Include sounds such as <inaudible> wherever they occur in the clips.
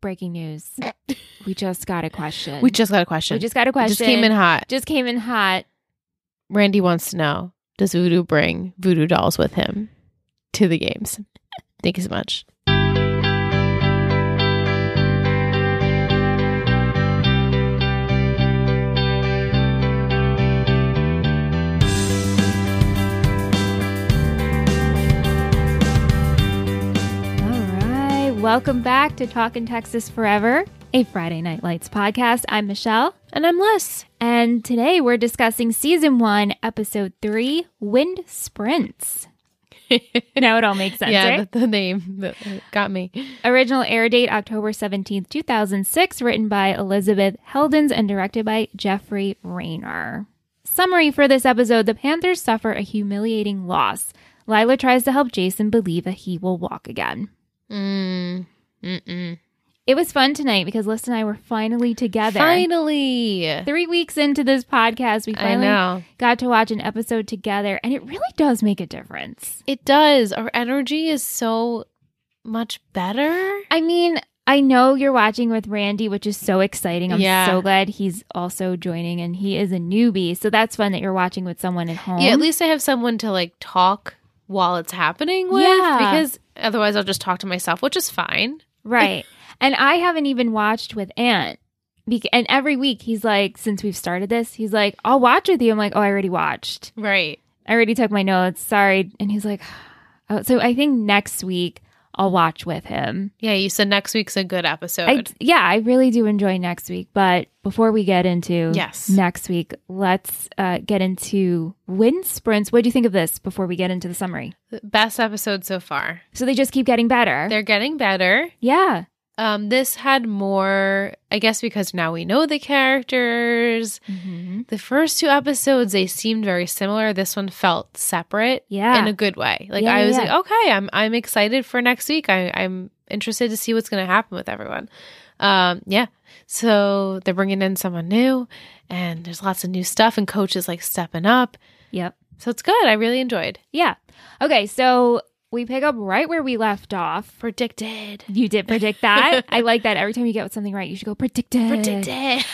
breaking <laughs> news. we just got a question. We just got a question. we just got a It question. just came in hot. Just came in hot. Randy wants to know: Does Voodoo bring voodoo dolls with him to the games? Thank you so much. All right. Welcome back to Talkin' Texas Forever, a Friday Night Lights podcast. I'm Michelle. And I'm Liz. And today we're discussing season one, episode three, Wind Sprints. <laughs> now it all makes sense, yeah, right? the, the name that got me. Original air date October 17th, 2006, written by Elizabeth Heldens and directed by Jeffrey Rayner. Summary for this episode The Panthers suffer a humiliating loss. Lila tries to help Jason believe that he will walk again. Mm. Mm-mm. It was fun tonight because Liz and I were finally together. Finally, I Three weeks into this podcast, we finally know got to watch an episode together, and it really does make a difference. it does. Our energy is so much better. I mean, I know you're watching with Randy, which is so exciting. I'm Yeah. so glad he's also joining and he is a newbie. So that's fun that you're watching with someone at home. Yeah, at least I have someone to like talk while it's happening with. Yeah. Because otherwise, I'll just talk to myself, which is fine. right. and I haven't even watched with Ant. Bec- and every week he's like, since we've started this, he's like, I'll watch with you. I'm like, oh, I already watched. Right. I already took my notes. Sorry. And he's like, oh. So I think next week I'll watch with him. Yeah, you said next week's a good episode. I, yeah, I really do enjoy next week. But before we get into yes. next week. Let's uh, get into wind sprints. What do you think of this before we get into the summary? Best episode so far. So they just keep getting better. They're getting better. yeah. Um, this had more, I guess, because now we know the characters. The first two episodes, they seemed very similar. This one felt separate Yeah. in a good way. Like Yeah, I yeah, was yeah. like, okay, I'm I'm excited for next week. I, I'm interested to see what's going to happen with everyone. Um, yeah. So they're bringing in someone new, and there's lots of new stuff, and coach is like stepping up. yep. So it's good. I really enjoyed. Yeah. Okay. So we pick up right where we left off. Predicted. You did predict <laughs> that. I like that. Every time you get something right, you should go predicted. Predicted.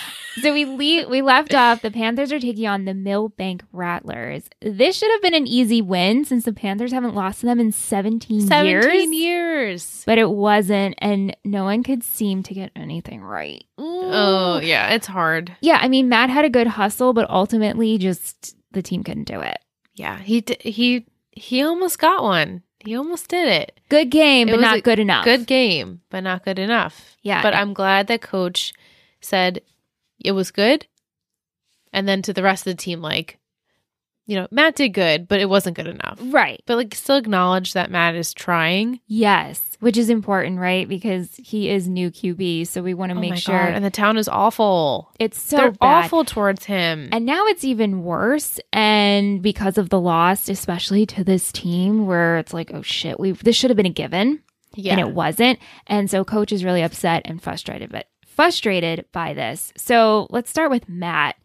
So we le- we left off. The Panthers are taking on the Millbank Rattlers. This should have been an easy win since the Panthers haven't lost to them in 17, years. Seventeen years. But it wasn't, and no one could seem to get anything right. Oh yeah, it's hard. Yeah, I mean, Matt had a good hustle, but ultimately, just the team couldn't do it. Yeah, he d- he he almost got one. He almost did it. Good game, It but was not a good enough. Good game, but not good enough. yeah. But I'm glad that coach said it was good. And then to the rest of the team, like, you know, Matt did good, but it wasn't good enough. right. But like, still acknowledge that Matt is trying. Yes, which is important, right? Because he is new QB, so we want to Oh make my sure God, And the town is awful. it's so They're bad. awful towards him. And now it's even worse, and because of the loss, especially to this team, where it's like, oh shit, we this should have been a given, yeah. and it wasn't, and so coach is really upset and frustrated, but frustrated by this. So let's start with Matt.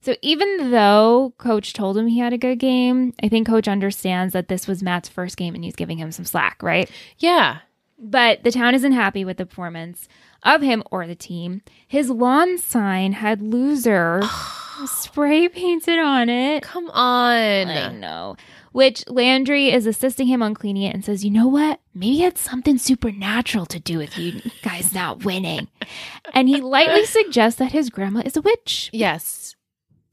So even though coach told him he had a good game, I think coach understands that this was Matt's first game and he's giving him some slack, right? yeah. <sighs> But the town isn't happy with the performance of him or the team. His lawn sign had <sighs> loser spray painted on it. Come on. I know. Which Landry is assisting him on cleaning it and says, You know what? Maybe it's something supernatural to do with <laughs> you guys not winning. and he lightly suggests that his grandma is a witch. Yes.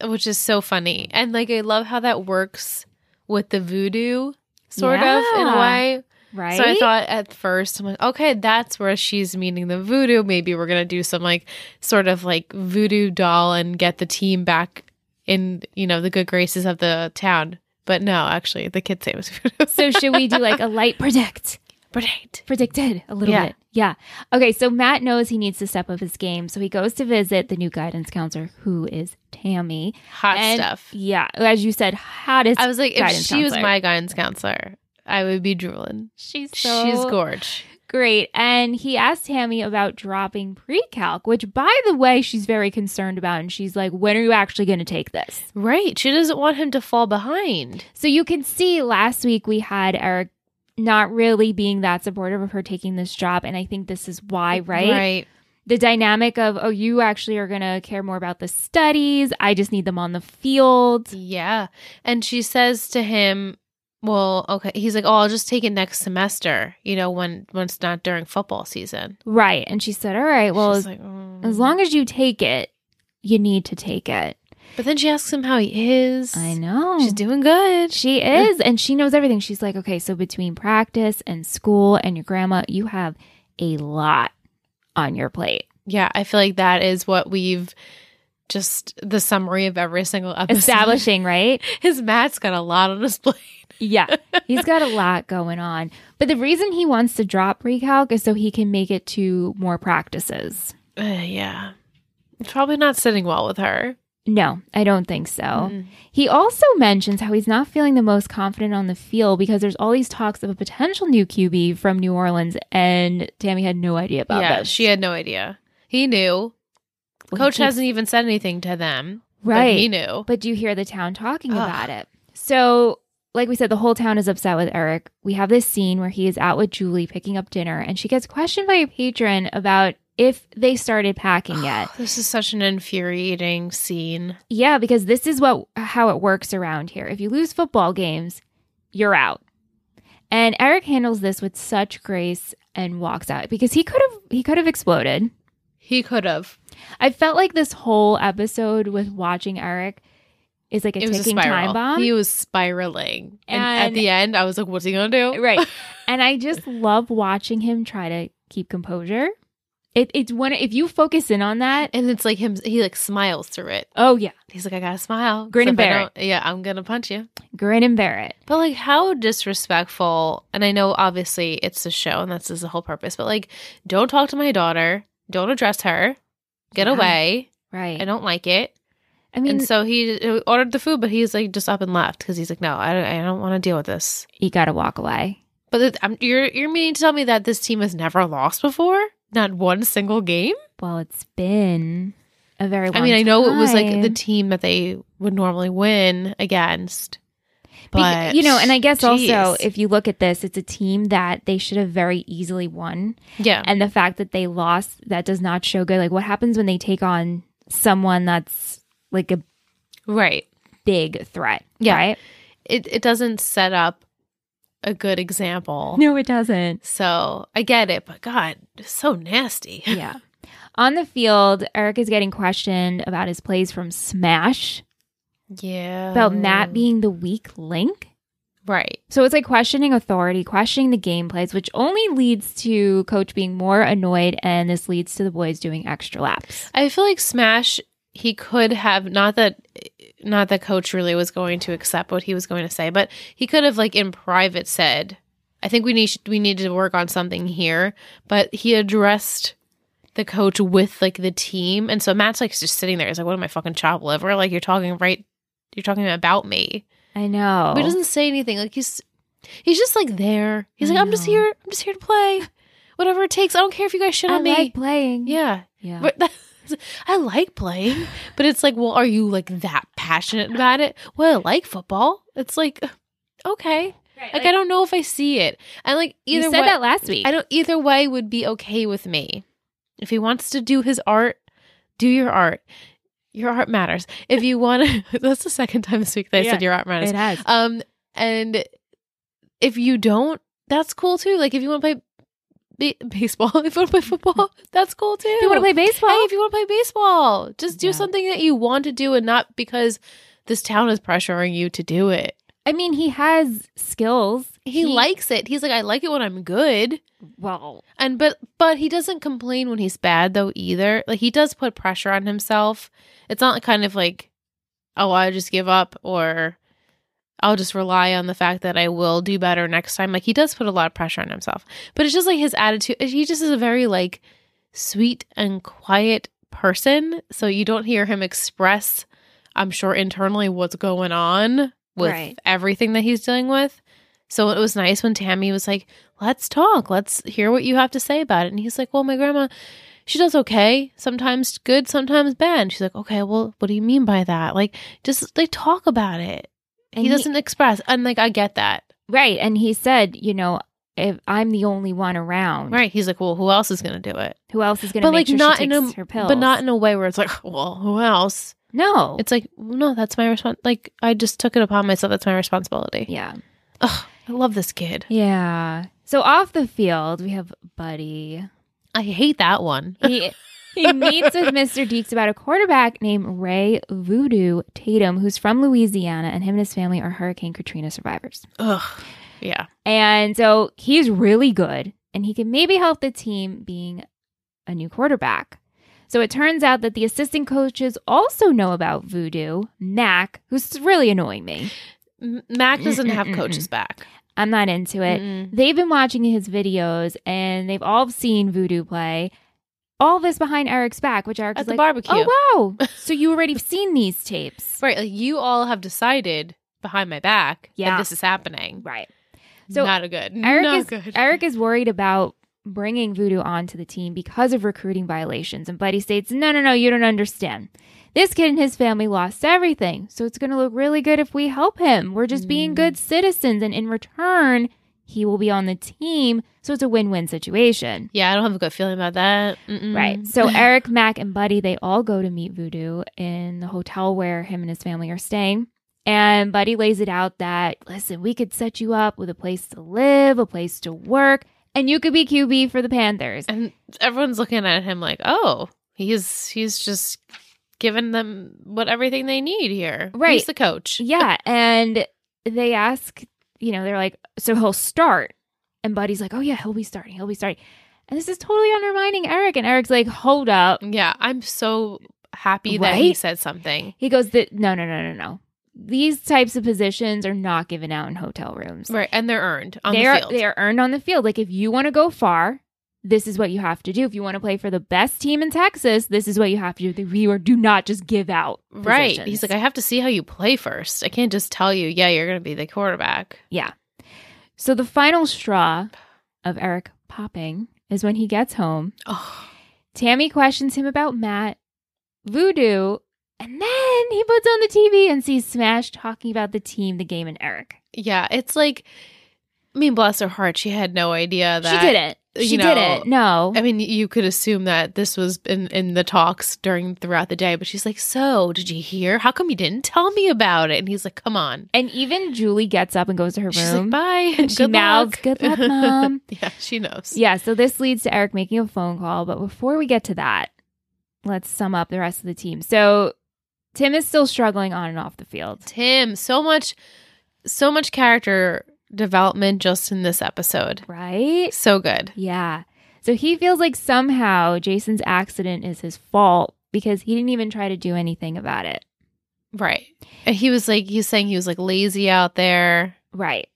Which is so funny. And like, I love how that works with the voodoo, sort of, in a Yeah. way. Right? So I thought at first, I'm like, okay, that's where she's meaning the voodoo. Maybe we're gonna do some like sort of like voodoo doll and get the team back in, you know, the good graces of the town. But no, actually, the kids say it was <laughs> voodoo. so should we do <laughs> like a light predict? Right. Predicted a little Yeah. bit. Yeah. Okay. So Matt knows he needs to step up his game. So he goes to visit the new guidance counselor, who is Tammy. Hot And- stuff. Yeah. As you said, hottest. I was like, if she guidance was counselor. my guidance counselor, I would be drooling. she's so She's gorge. Great. And he asked Tammy about dropping pre-calc, which by the way, she's very concerned about. And she's like, when are you actually going to take this? Right. She doesn't want him to fall behind. So you can see last week we had our not really being that supportive of her taking this job. And I think this is why, right? Right. The dynamic of, oh, you actually are going to care more about the studies. I just need them on the field. Yeah. And she says to him, well, okay. He's like, "Oh, I'll just take it next semester." You know, when when it's not during football season. Right. And she said, all right, well, She's as, like, mm. as long as you take it, you need to take it. But then she asks him how he is. I know. She's doing good. She is, and she knows everything. She's like, okay, so between practice and school and your grandma, you have a lot on your <laughs> plate. Yeah, I feel like that is what we've just the summary of every single episode. Establishing, right? <laughs> His Matt's got a lot on <sighs> his plate. Yeah, <laughs> he's got a lot going on. But the reason he wants to drop recalc is so he can make it to more practices. Uh, yeah. It's probably not sitting well with her. No, I don't think so. Mm. He also mentions how he's not feeling the most confident on the field because there's all these talks of a potential new QB from New Orleans, and Tammy had no idea about Yeah, this. she had no idea. He knew. Well, Coach he- hasn't even said anything to them. but right. he knew. But do you hear the town talking Ugh. about it? So, like we said, the whole town is upset with Eric. We have this scene where he is out with Julie picking up dinner, and she gets questioned by a patron about if they started packing <sighs> yet. This is such an infuriating scene. yeah, because this is what how it works around here. If you lose football games, you're out. And Eric handles this with such grace and walks out because he could have he could have exploded. He could have. I felt like this whole episode with watching Eric is like a It was a ticking spiral. time bomb. He was spiraling. And, at And- the end, I was like, what's he going to <laughs> do? right and i just love watching him try to keep composure it, it's one if you focus in on that And it's like him, he like smiles through it. oh yeah He's like, I gotta smile. Grin So and if I bear don't- Yeah, I'm gonna punch you. grin and bear it But like, how disrespectful. And I know obviously it's a show and that's is the whole purpose, but like, don't talk to my daughter. Don't address her. Get Yeah. away. right I don't like it. i mean and so he uh, ordered the food, but he's like just up and left because he's like, no, I don't, I don't want to deal with this. you gotta walk away But it- I'm, you're you're meaning to tell me that this team has never lost before? Not one single game. well it's been a very long I mean, I know it was like the time. team that they would normally win against, Be- but you know and i guess also Jeez. if you look at this it's a team that they should have very easily won yeah, and the fact that they lost that does not show good like what happens when they take on someone that's like a right. big threat Yeah. right It it doesn't set up a good example. no it doesn't So I get it, but God, it's so nasty. yeah. On the field, Eric is getting questioned about his plays from Smash, Yeah, about Matt being the weak link. right. So it's like questioning authority, questioning the game plays, which only leads to Coach being more annoyed, and this leads to the boys doing extra laps. I feel like Smash. He could have not that, not that coach really was going to accept what he was going to say, but he could have like in private said, "I think we need we need to work on something here." But he addressed the coach with like the team, and so Matt's like just sitting there. He's like, "What am I fucking chop liver? Like you're talking right, you're talking about me." I know. But he doesn't say anything. Like he's he's just like there. He's I like, I'm just know. here. I'm just here to play. Whatever it takes. I don't care if you guys shit I on me. like playing. yeah. Yeah. But that's- I like playing. But it's like, well, are you like that passionate about it? Well, I like football. It's like okay. Like, I don't know if I see it. And like you either said way that last week. I don't either way would be okay with me. If he wants to do his art, do your art. Your art matters. If you want to, <laughs> that's the second time this week that I said your art matters. it has. Um, and if you don't, that's cool too. Like if you want to play ba- baseball, <laughs> if you want to play football, that's cool too. If you want to play baseball, hey, if you want to play baseball, just do Yeah. something that you want to do and not because this town is pressuring you to do it. I mean, he has skills. He, likes it. He's like, I like it when I'm good. well, And but but he doesn't complain when he's bad though either. Like he does put pressure on himself. It's not kind of like, oh, I just give up or I'll just rely on the fact that I will do better next time. Like he does put a lot of pressure on himself. But it's just like his attitude. He just is a very like sweet and quiet person. So you don't hear him express, I'm sure internally what's going on with Right. everything that he's dealing with. So it was nice when Tammy was like, let's talk. Let's hear what you have to say about it. And he's like, well, my grandma, she does okay. Sometimes good, sometimes bad. And she's like, okay, well, what do you mean by that? Like, just like talk about it. and he doesn't express. And like, I get that. Right. And he said, you know, if I'm the only one around, Right. He's like, well, who else is going to do it? who else is going to But make like sure not she in takes a her pills? but not in a way where it's like, <laughs> well, who else? no. It's like, no, that's my response. Like I just took it upon myself. That's my responsibility. yeah, Ugh, I love this kid. yeah. So off the field, we have Buddy. I hate that one. <laughs> He he meets with Mr. Deeks about a quarterback named Ray Voodoo Tatum, who's from Louisiana, and him and his family are Hurricane Katrina survivors. Ugh. Yeah. And so he's really good and he can maybe help the team being a new quarterback. So it turns out that the assistant coaches also know about Voodoo, Mac, who's really annoying me. M- Mac doesn't have Mm-mm-mm-mm. coaches back. I'm not into it. Mm-mm. They've been watching his videos and they've all seen Voodoo play. All this behind Eric's back, which Eric's At the like, barbecue. Oh wow! So you already have seen these <laughs> tapes, Right. Like you all have decided behind my back Yeah. that this is happening. right? So not a good. Eric not is good. Eric is worried about bringing Voodoo onto the team because of recruiting violations, and Buddy states, "No, no, no, you don't understand. This kid and his family lost everything, so it's going to look really good if we help him. We're just being Mm. good citizens, and in return, he will be on the team, so it's a win-win situation." yeah, I don't have a good feeling about that. Mm-mm. Right. <laughs> So Eric, Mac, and Buddy, they all go to meet Voodoo in the hotel where him and his family are staying. And Buddy lays it out that, listen, we could set you up with a place to live, a place to work, and you could be QB for the <laughs> Panthers. and everyone's looking at him like, "Oh, he's he's just giving them what everything they need here." Right. He's the coach. Yeah. And they ask, you know, they're like, so he'll start. And Buddy's like, oh, yeah, he'll be starting. He'll be starting. And this is totally undermining Eric. And Eric's like, hold up. Yeah, I'm so happy that he Right? said something. He goes, "The- no, no, no, no, no. These types of positions are not given out in hotel rooms. Right, and they're earned on they the are field. they are earned on the field. Like if you want to go far, this is what you have to do. If you want to play for the best team in Texas, this is what you have to do. The viewer do not just give out. right. positions. He's like, "I have to see how you play first. I can't just tell you, yeah, you're going to be the quarterback." yeah. So the final straw of Eric popping is when he gets home. Oh. Tammy questions him about Matt Voodoo, and then he puts on the TV and sees Smash talking about the team, the game, and Eric. Yeah, it's like I mean, bless her heart, she had no idea that she didn't. She you know, didn't. No. I mean, you could assume that this was in, in the talks during throughout the day, but she's like, "So, did you hear? How come you didn't tell me about it?" And he's like, "Come on." And even Julie gets up and goes to her She's room. like, "Bye." <laughs> And she Good mouths, luck." "Good luck, <laughs> Mom." yeah, she knows. Yeah, so this leads to Eric making a phone call. But before we get to that, let's sum up the rest of the team. So Tim is still struggling on and off the field. Tim, so much, so much character development just in this episode. Right? So good. Yeah. So he feels like somehow Jason's accident is his fault because he didn't even try to do anything about it. Right. And he was like, he's saying he was like lazy out there. Right.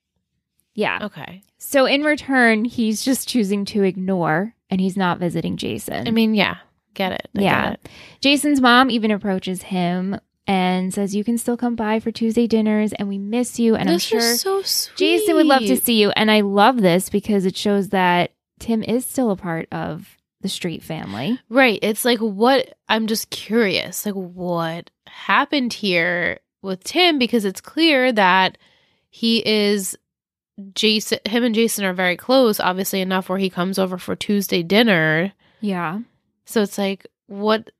Yeah. Okay. So in return, he's just choosing to ignore and he's not visiting Jason. I mean, yeah, get it. I Yeah. Get it. Jason's mom even approaches him and says, You can still come by for Tuesday dinners and we miss you. And this I'm was sure so sweet. Jason would love to see you. And I love this because it shows that Tim is still a part of the street family. Right. It's like what I'm just curious, like what happened here with Tim because it's clear that he is Jason him and Jason are very close, obviously enough where he comes over for Tuesday dinner. Yeah. So it's like what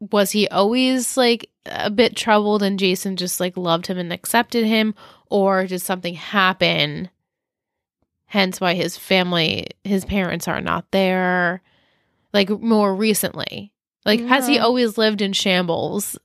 was he always like a bit troubled and Jason just like loved him and accepted him or did something happen? Hence why his family, his parents are not there like more recently. Like has he Yeah. always lived in shambles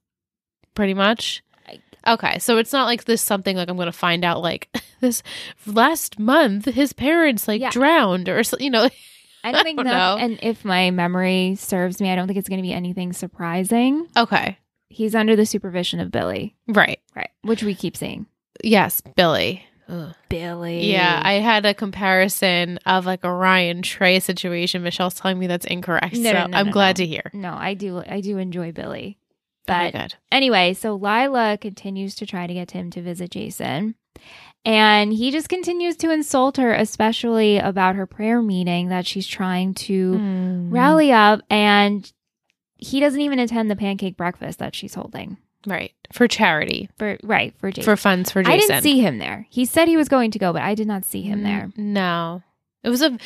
pretty much? I- Okay, so it's not like this something like I'm going to find out like <laughs> this last month his parents like Yeah. drowned or so, you know <laughs> I don't think don't that- know. And if my memory serves me, I don't think it's going to be anything surprising. okay. He's under the supervision of Billy, Right. right? Which we keep seeing. Yes, Billy. Billy. Yeah, I had a comparison of like a Ryan Trey situation. Michelle's telling me that's incorrect. No, so no, no, I'm no, glad no. to hear. Oh No, I do. I do enjoy Billy. Very But good. anyway, so Lila continues to try to get Tim to visit Jason. And he just continues to insult her, especially about her prayer meeting that she's trying to Hmm. rally up. And he doesn't even attend the pancake breakfast that she's holding Right. For charity. for, right, for Jason. Mm-hmm. For funds for Jason. Mm, I didn't see him there. He said he was going to go, but I did not see him there. No. It was a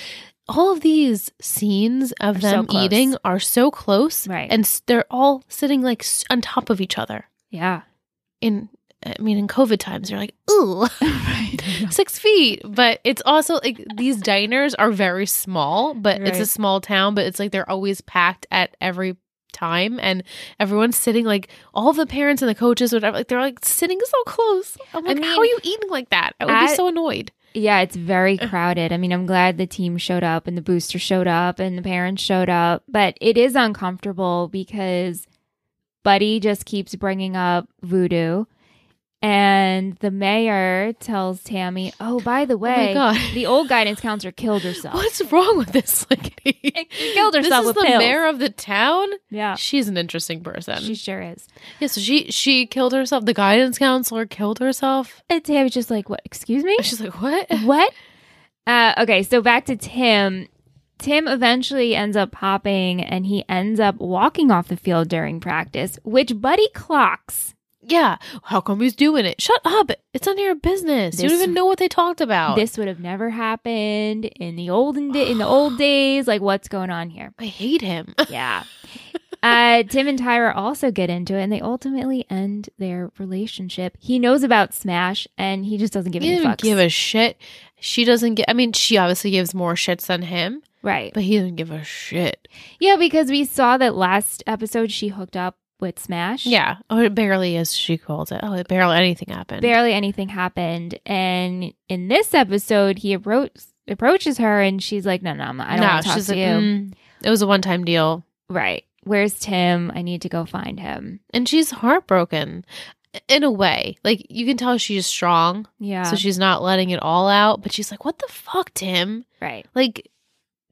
all of these scenes of Are so them close. eating are so close, Right. And s- they're all sitting like s- on top of each other. Yeah. <laughs> In I mean, in COVID times, they're like ooh, right. six feet. But it's also like these diners are very small, but it's a Right. small town. But it's like they're always packed at every time, and everyone's sitting like all the parents and the coaches, whatever. Like they're like sitting so close. I'm I like, mean, how are you eating like that? I would be at- so annoyed. <laughs> Oh Yeah, it's very crowded. I mean, I'm glad the team showed up and the booster showed up and the parents showed up, but it is uncomfortable because Buddy just keeps bringing up voodoo. And the mayor tells Tammy, "Oh, by the way, oh my god. the old guidance counselor killed <laughs> <laughs> herself. What's wrong with this <laughs> lady? She killed herself this with is the pills. mayor of the town. Yeah, She's an interesting person. she Yes, sure is." yeah, so she she killed herself. The guidance counselor killed herself. And Tammy's just like, "What? Excuse <laughs> me? She's like, what? what?" Uh, okay, so back to Tim. Tim eventually ends up popping, and he ends up walking off the field during practice, which Buddy clocks. Yeah. How come he's doing it? Shut up. It's none of your business. you don't This- even know what they talked about. This would have never happened in the olden da- in the <sighs> old days. Like, what's going on <laughs> here? I hate him. Yeah. Uh, Tim and Tyra also get into it and they ultimately end their relationship. He knows about Smash and he just doesn't give he any doesn't fucks. give a shit. She doesn't get. I mean, she obviously gives more shits than him, right. but he doesn't give a shit. Yeah, because we saw that last episode she hooked up with Smash. Yeah. Oh, it barely, as she calls it. Oh, it barely anything happened. Barely anything happened. And in this episode, he appro- approaches her and she's like, no, no, I'm not, I don't want to talk to like, you. "Mm, it was a one time deal. Right. Where's Tim? I need to go find him. and she's heartbroken in a way like you can tell she's strong Yeah. so she's not letting it all out but she's like what the fuck tim right. like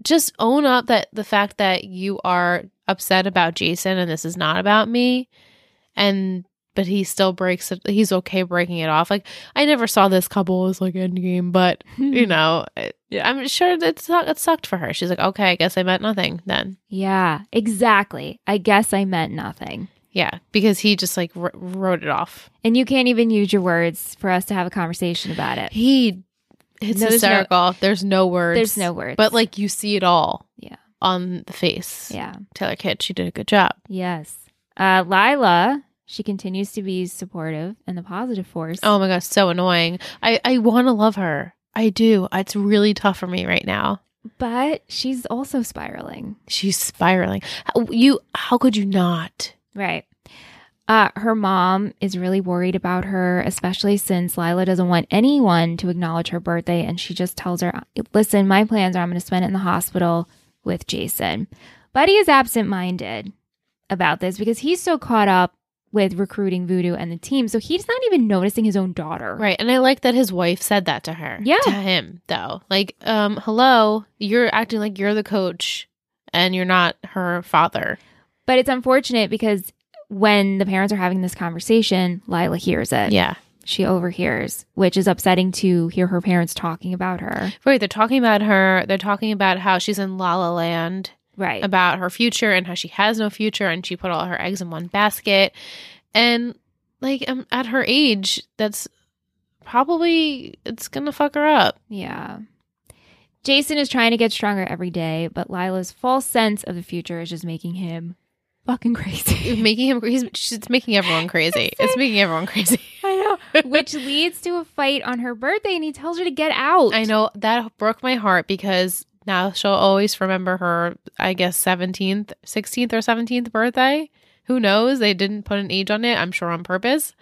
just own up that the fact that you are upset about jason and this is not about me and but he still breaks it he's okay breaking it off like i never saw this couple as like endgame but you know <laughs> it- i'm sure that sucked, it sucked for her she's like okay i guess i meant nothing then <laughs> Yeah, exactly. I guess I meant nothing. yeah because he just like wr- wrote it off And you can't even use your words for us to have a conversation about it. He it's No, there's no- hysterical. There's no words. There's no words. But like you see it all. Yeah. On the face. yeah, Taylor Kitt, she did a good job. yes. Uh, Lila, she continues to be supportive and the positive force. Oh my gosh, so annoying. I I want to love her. I do. It's really tough for me right now. but she's also spiraling. She's spiraling. How- You how could you not? Right. Uh, her mom is really worried about her, especially since Lila doesn't want anyone to acknowledge her birthday. And she just tells her, listen, my plans are I'm going to spend it in the hospital with Jason. Buddy is absent minded about this because he's so caught up with recruiting Voodoo and the team. So he's not even noticing his own daughter. Right. And I like that his wife said that to her. Yeah. To him though. Like, um, hello, you're acting like you're the coach and you're not her father. But it's unfortunate because when the parents are having this conversation, Lila hears it. Yeah. She overhears, which is upsetting to hear her parents talking about her. Right, they're talking about her. They're talking about how she's in La La Land, Right. about her future and how she has no future, and she put all her eggs in one basket. And like um, at her age, that's probably it's gonna fuck her up. Yeah. Jason is trying to get stronger every day, but Lila's false sense of the future is just making him fucking <laughs> It's crazy. making him, he's, it's making everyone crazy. It's It's making everyone crazy. <laughs> I know. <laughs> Which leads to a fight on her birthday, and he tells her to get out. I know that broke my heart because now she'll always remember her, I guess, 17th, 16th, or 17th birthday. Who knows? They didn't put an age on it, I'm sure on purpose.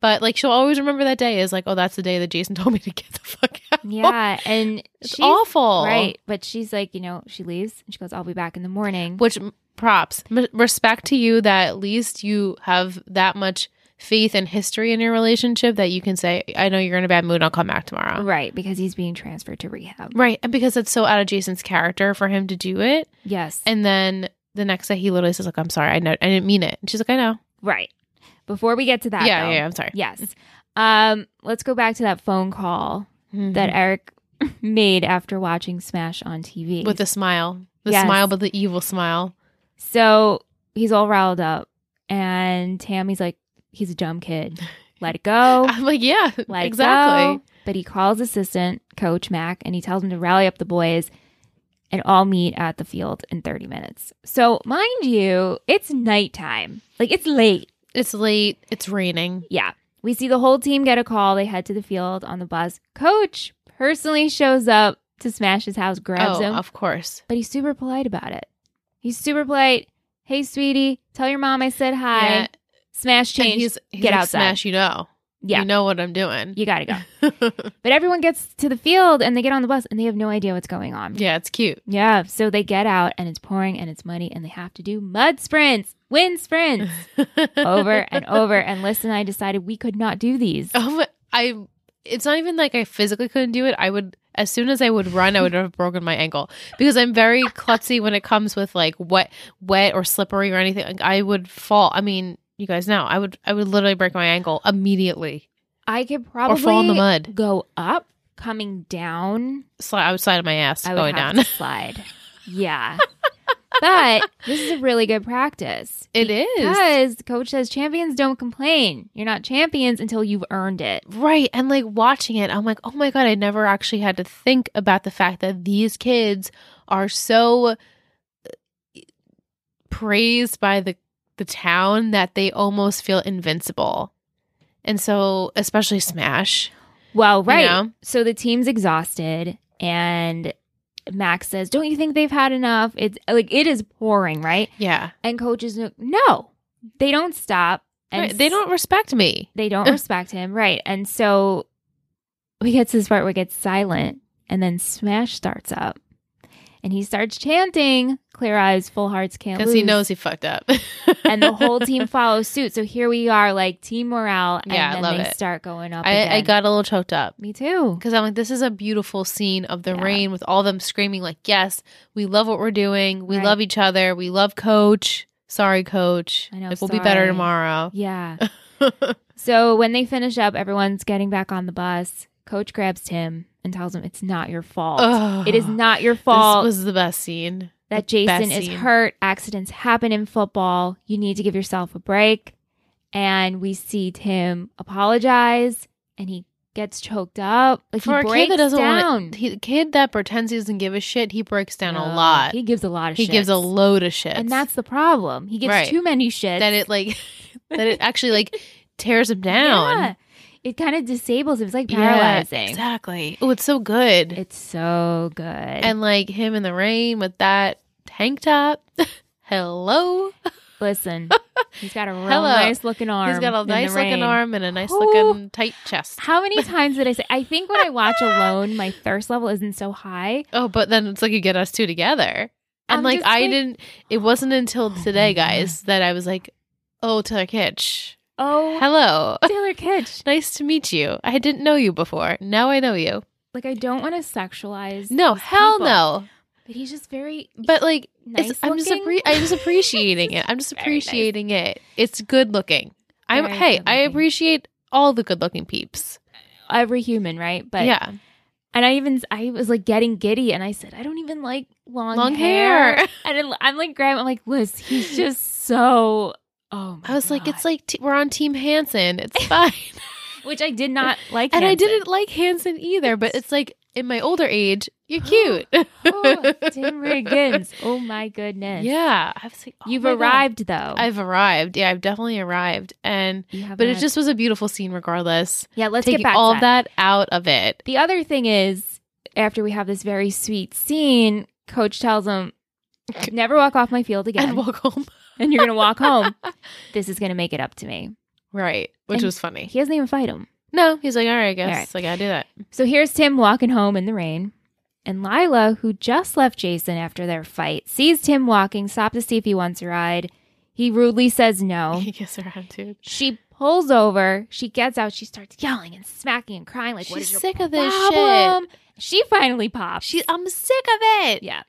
But like, she'll always remember that day as like, oh, that's the day that Jason <laughs> told me to get the fuck out. Yeah, and It's she's awful. right, but she's like, you know, she leaves and she goes, "I'll be back in the morning." Which props, M- respect to you that at least you have that much faith and history in your relationship that you can say, I know you're in a bad mood. I'll come back tomorrow. Right, because he's being transferred to rehab. uh, Right. And because it's so out of Jason's character for him to do it. Yes, And then the next day, he literally says, "Like, I'm sorry, I know, I didn't mean it." And she's like, "I know, right. Before we get to that, yeah, though, yeah, yeah, I'm sorry." yes. Um, let's go back to that phone call Mhm. that Eric made after watching Smash on TV with the smile, the Yes. smile, but the evil smile. So he's all riled up, <laughs> and Tammy's like, "He's a dumb kid. Let it go. I'm like, "Yeah, Oh. Let it Ah, exactly." go. But he calls assistant coach Mac and he tells him to rally up the boys and all meet at the field in 30 minutes. So, mind you, it's nighttime. Like it's late. It's late. It's raining. Yeah. We see the whole team get a call. They head to the field on the bus. Coach personally shows up to smash his house, grabs oh, him, of course. but he's super polite about it. He's super polite. Hey, sweetie, tell your mom I said hi. Yeah. Smash And change. he's, he's Get like, outside. Smash, you know. yeah, You know what I'm doing. you gotta go. But everyone gets to the field and they get on the bus and they have no idea what's going on. <laughs> yeah, it's cute. Yeah, so they get out and it's pouring and it's muddy and they have to do mud sprints, wind sprints <laughs> <laughs> over and over. And Liz and I decided we could not do these. Um, I. It's not even like I physically couldn't do it. I would, as soon as I would run, I would have broken my ankle because <laughs> I'm very klutzy when it comes with like wet, wet or slippery or anything. Like I would fall. I mean, you guys know, I would, I would literally break my ankle immediately I could probably or fall in the mud. go up, coming down. Slide outside of my ass I would going have down. to slide. Yeah. but this is a really good practice. <laughs> It is Because coach says champions don't complain. You're not champions until you've earned it. Right. And like watching it, I'm like, oh my God, I never actually had to think about the fact that these kids are so uh, praised by the, the town that they almost feel invincible. And so, especially Smash. Well, right. know? So the team's exhausted and Max says, "Don't you think they've had enough? It's like it is pouring, right?" Yeah. And coaches no. They don't stop and Right. They don't respect me. they <laughs> don't respect him, right? And so we get to this part where it gets silent, and then Smash starts up, and he starts chanting, "Clear eyes, full hearts, can't Because lose." he knows <laughs> he fucked up. and the whole team follows suit. So here we are, like team morale, and Yeah, I then love they it. start going up. <laughs> I, I again. got a little choked up. me <laughs> too. Because I'm like, this is a beautiful scene of the Yeah. rain with all them screaming, like, yes, we love what we're doing. We Right. love each other. We love coach. Sorry, coach. I know, Like, we'll be better sorry. <laughs> tomorrow. <laughs> Yeah. so when they finish up, everyone's getting back on the bus. Coach grabs Tim and tells him it's not your fault. Ugh. It is not your This fault. was the best scene. that The best Jason is scene. hurt. Accidents happen in football. You need to give yourself a break. And we see Tim apologize and he gets choked up. Like For he a breaks kid that doesn't down. want he, kid that pretends he doesn't give a shit, he breaks down No, a lot. He He, gives a lot of shit. gives a load of shit. And that's the problem. He gives Right. too many shits. that it like that it actually like tears him <laughs> Yeah. down. It kind of disables him. It's like Yeah, paralyzing. exactly. Oh, it's so good. It's so good. And and like him in the rain with that tank top. <laughs> Hello. <laughs> listen, he's got a real Hello. nice looking arm. He's got a in the nice looking rain. arm and a nice Ooh. looking tight chest. How <laughs> many times did I say? I think when I watch alone, my thirst level isn't so high. Oh, but then it's like you get us two together. And I'm like just I like- didn't it wasn't until Oh, today, my God. guys, that I was like, Oh, Taylor Kitsch. <laughs> Oh, Hello. Taylor Kitsch. nice to meet you. I didn't know you before. Now I know you. Like I don't want to sexualize. No, these hell people, no. But he's just very But like nice. it's, I'm just looking. appre- I'm just appreciating it. I'm just Very nice. appreciating it. It's good looking. I'm Very hey, good I looking. appreciate all the good looking peeps. <laughs> every human, right? But yeah. And I even I was like getting giddy, and I said, I don't even like long, Long hair. hair. <laughs> and then I'm like, Graham, I'm like, Liz, he's just so. Oh, my <laughs> I was like, God. it's like t- we're on Team Hansen. <laughs> It's fine. which I did <laughs> not like, and I Hanson. didn't like Hansen either, but it's like in my older age, <gasps> you're cute. Oh, <laughs> Tim Riggins. Oh my goodness. yeah. I was like, oh You've my God. arrived though. I've arrived. Yeah, I've definitely arrived. And, You have but it arrived. just was a beautiful scene regardless. yeah. Let's Taking get back all to that. that out of it. The other thing is, after we have this very sweet scene, Coach tells <laughs> him, "Never walk off my field again, And and, walk home. <laughs> you're gonna walk <laughs> home. This is gonna make it up to me." Right. Which And- was funny. He doesn't even fight him. No, he's like, all right, I guess All right. I gotta do that. So here's Tim walking home in the rain. And Lila, who just left Jason after their fight, sees Tim walking, stops to see if he wants a ride. He rudely says no. <laughs> <laughs> He gets around to She pulls over. She gets out. She starts yelling and smacking and crying like, "What is She's your sick of this problem?" She finally pops. shit. She, I'm sick of it. yeah.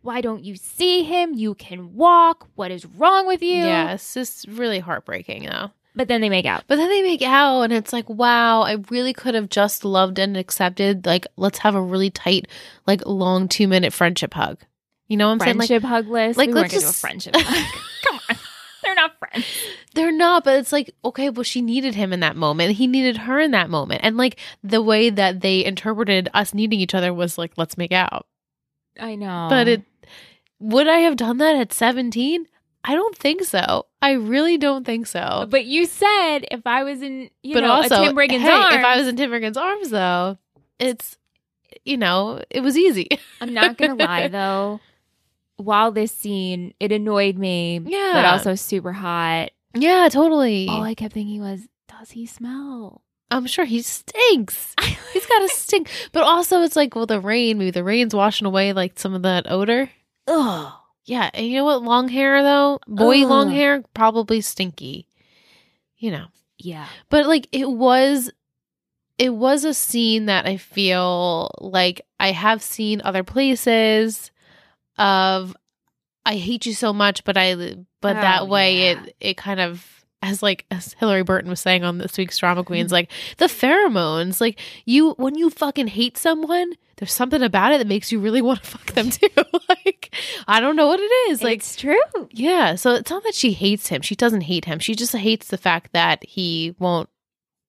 Why don't you see him? You can walk. What is wrong with you? Yeah, it's just really heartbreaking though. But then they make out. But then they make out, and it's like, wow, I really could have just loved and accepted. Like, let's have a really tight, like, long two minute friendship hug. You know what I'm friendship saying? hug list. like, we weren't let's gonna do a just- friendship hug. <laughs> Come on. They're not friends. They're not, but it's like, okay, well, she needed him in that moment. He needed her in that moment. And like the way that they interpreted us needing each other was like, let's make out. I know. But it would I have done that at 17? I don't think so. I really don't think so. But you said if I was in, you but know, also, a Tim Briggan's hey, arms, if I was in Tim Briggan's arms, though, it's you know, it was easy. <laughs> I'm not <laughs> gonna lie though. While this scene, it annoyed me, Yeah, but also super hot. yeah, totally. All I kept thinking was, does he <laughs> smell? Oh, I'm sure he stinks. He's got a stink, but also it's like, well, the rain. Maybe the rain's washing away like some of that odor. Ugh. Yeah, and you know what? Long hair though, boy, Ugh. long hair probably stinky. You know, Yeah. but like it was it was a scene that i feel like i have seen other places of i hate you so much but i but Oh, that way yeah. it it kind of <laughs> as like as hillary burton was saying on this week's Mm-hmm. drama queens like the pheromones like you when you fucking hate someone there's something about it that makes you really want to <laughs> fuck them too like i don't know what it is like it's true. yeah, so it's not that she hates him. She doesn't hate him. She just hates the fact that he won't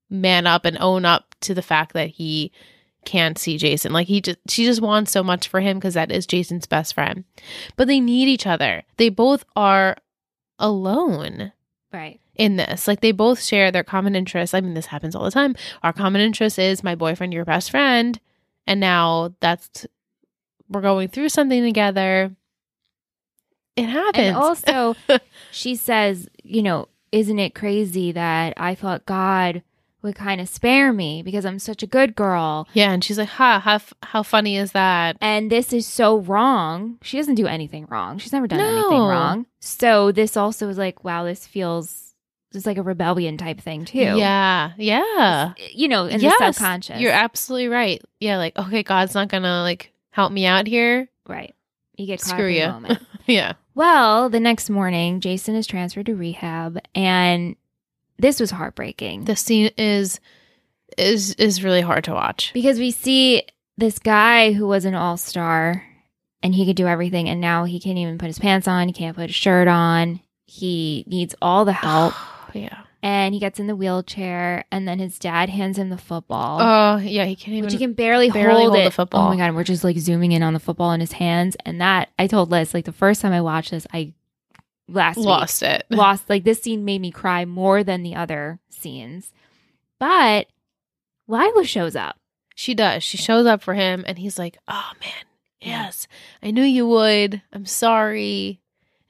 man up and own up to the fact that he can't see Jason. Like he just she just wants so much for him because that is Jason's best friend. But they need each other. They both are alone Right. in this. Like they both share their common interest. I mean, this happens all the time. Our common interest is my boyfriend, your best friend. And now that's we're going through something together. It happens. And also, <laughs> she says, you know, isn't it crazy that I thought God would kind of spare me because I'm such a good girl? Yeah, and she's like, "Ha, how f- how funny is that?" And this is so wrong. She doesn't do anything wrong. She's never done anything No. wrong. So this also is like, wow, this feels it's like a rebellion type thing too. Yeah, yeah. You know, in the Yes, subconscious. You're absolutely right. Yeah, like okay, God's not gonna like help me out here. <laughs> right. You get caught Screw up in the you. moment. Yeah, Well, the next morning, Jason is transferred to rehab and this was heartbreaking. the scene is is is really hard to <sighs> watch. Because we see this guy who was an all star and he could do everything, and now he can't even put his pants on. He can't put his shirt on. He needs all the <sighs> help. yeah. and he gets in the wheelchair, and then his dad hands him the football. Oh, yeah. He can't even. which he can barely, barely hold, hold it. the football. Oh my god, we're just like zooming in on the football in his hands, and that I told Liz like the first time I watched this, I last week, lost <laughs> it. lost like this scene made me cry more than the other scenes. But Lila shows up. She does. She shows up for him, and he's like, "Oh man, yes, I knew you would. I'm sorry."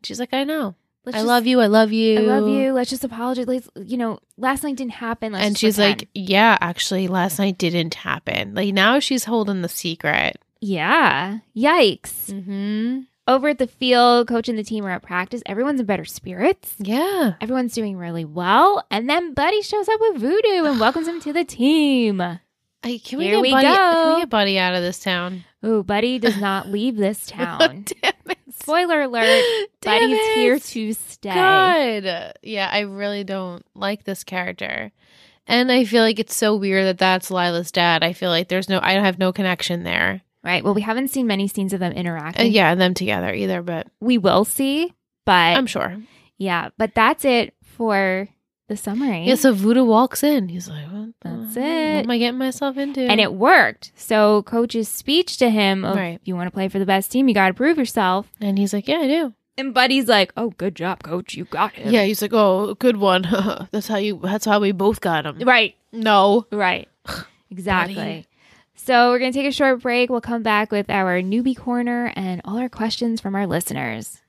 She's like, "I know. Let's I just- love you. I love you. I love you. Let's just apologize. Let's, you know, last night didn't happen. Let's and just she's pretend. like, "Yeah, actually, last night didn't happen. Like now she's holding the secret." yeah, yikes. Mm-hmm. Over at the field, coach and the team are at practice. Everyone's in better spirits. Yeah, Everyone's doing really well. And then Buddy shows up with Voodoo <sighs> and welcomes him to the team. I, can we Here get we Buddy? Can go. we get Buddy out of this <laughs> town? Ooh, Buddy does not leave <laughs> this town. Oh, Damn it! Spoiler alert, Damn Buddy's it. here to stay. God, yeah, I really don't like this character, and I feel like it's so weird that that's Lila's dad. I feel like there's no, I have no connection there. Right. Well, we haven't seen many scenes of them Uh, interacting. yeah, and them together either, but We will see, but I'm sure. yeah, but that's it for the summary. Yeah, so Voodoo walks in. He's like, "What? the- That's What it. am I getting myself into?" and it worked. So coach's speech to him of Right. you want to play for the best team, you got to prove yourself. and he's like, "Yeah, I do." And Buddy's like, "Oh, good job, coach. You got him." Yeah, he's like, "Oh, good one. <laughs> that's how you. That's how we both got him." Right. No. Right. exactly. Buddy. So we're going to take a short break. We'll come back with our newbie corner and all our questions from our listeners.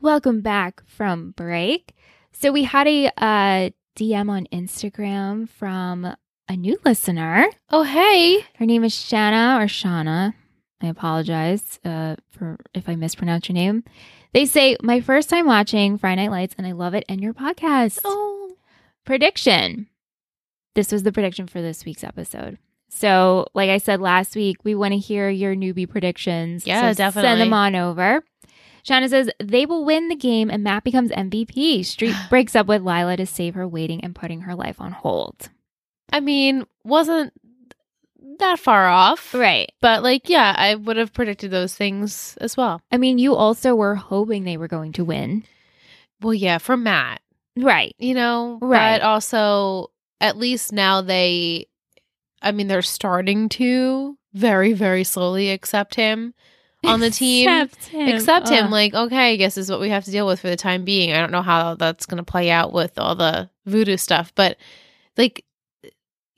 Welcome back from break. So we had a uh, DM on Instagram from a new listener. Oh, hey. Her name is Shanna or Shauna. I apologize uh, for if I mispronounce your name. They say, My first time watching Friday Night Lights, and I love it and your podcast. Oh. Prediction. This was the prediction for this week's episode. So, like I said last week, we want to hear your newbie predictions. Yeah, so definitely. Send them on over. Shauna says they will win the game and Matt becomes MVP. <gasps> Street breaks up with Lila to save her waiting and putting her life on hold. I mean, wasn't that far off. Right. But like, yeah, I would have predicted those things as well. I mean, you also were hoping they were going to win. Well, yeah, for Matt, Right. you know, Right. but also at least now they, I mean, they're starting to very, very slowly accept him on the team. Accept him. Uh, Accept him, Ugh. like okay, I guess this is what we have to deal with for the time being. I don't know how that's going to play out with all the voodoo stuff, but like,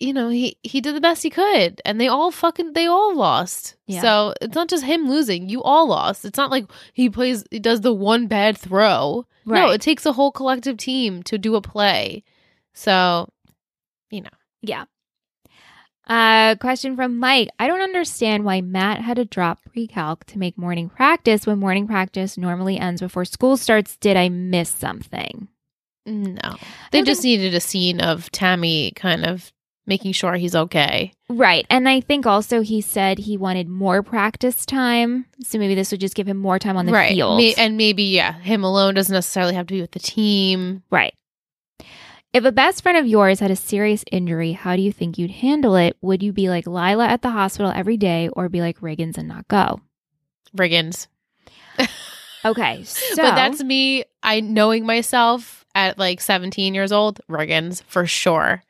you know, he he did the best he could, and they all fucking they all lost. Yeah. So it's not just him losing; you all lost. It's not like he plays, he does the one bad throw. right. No, it takes a whole collective team to do a play. So yeah. Uh, question from Mike. I don't understand why Matt had to drop recalc to make morning practice when morning practice normally ends before school starts. Did I miss something? no, they don't just needed a scene of Tammy kind of making sure he's okay. Right. And I think also he said he wanted more practice time. So maybe this would just give him more time on the field. May- and maybe, yeah, him alone doesn't necessarily have to be with the team. right. If a best friend of yours had a serious injury, how do you think you'd handle it? Would you be like Lila at the hospital every day or be like Riggins and not go? Brigands. Okay. So <laughs> but that's me. I knowing myself at like 17 years old, Riggins for sure.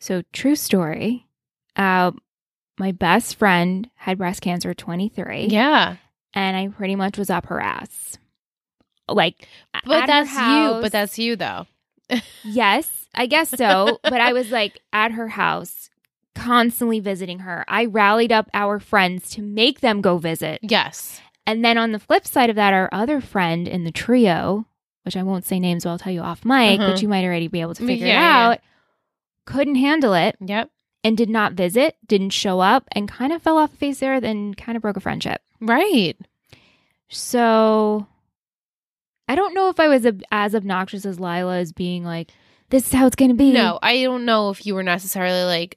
So, true story. Uh, my best friend had breast cancer at 23. Yeah. And I pretty much was up her ass. Like, But at her that's you. house- But that's you though. yes, I guess <laughs> so. but I was like at her house, constantly visiting her. I rallied up our friends to make them go visit. Yes. And then on the flip side of that, our other friend in the trio, which I won't say names, but I'll tell you off mic, Uh-huh. but you might already be able to Mm, figure yeah, it yeah, yeah. out, couldn't handle it. Yep. and did not visit, didn't show up, and kind of fell off the face there, then kind of broke a friendship. Right. So I don't know if I was ob- as obnoxious as Lila as being like, this is how it's going to be. No, I don't know if you were necessarily like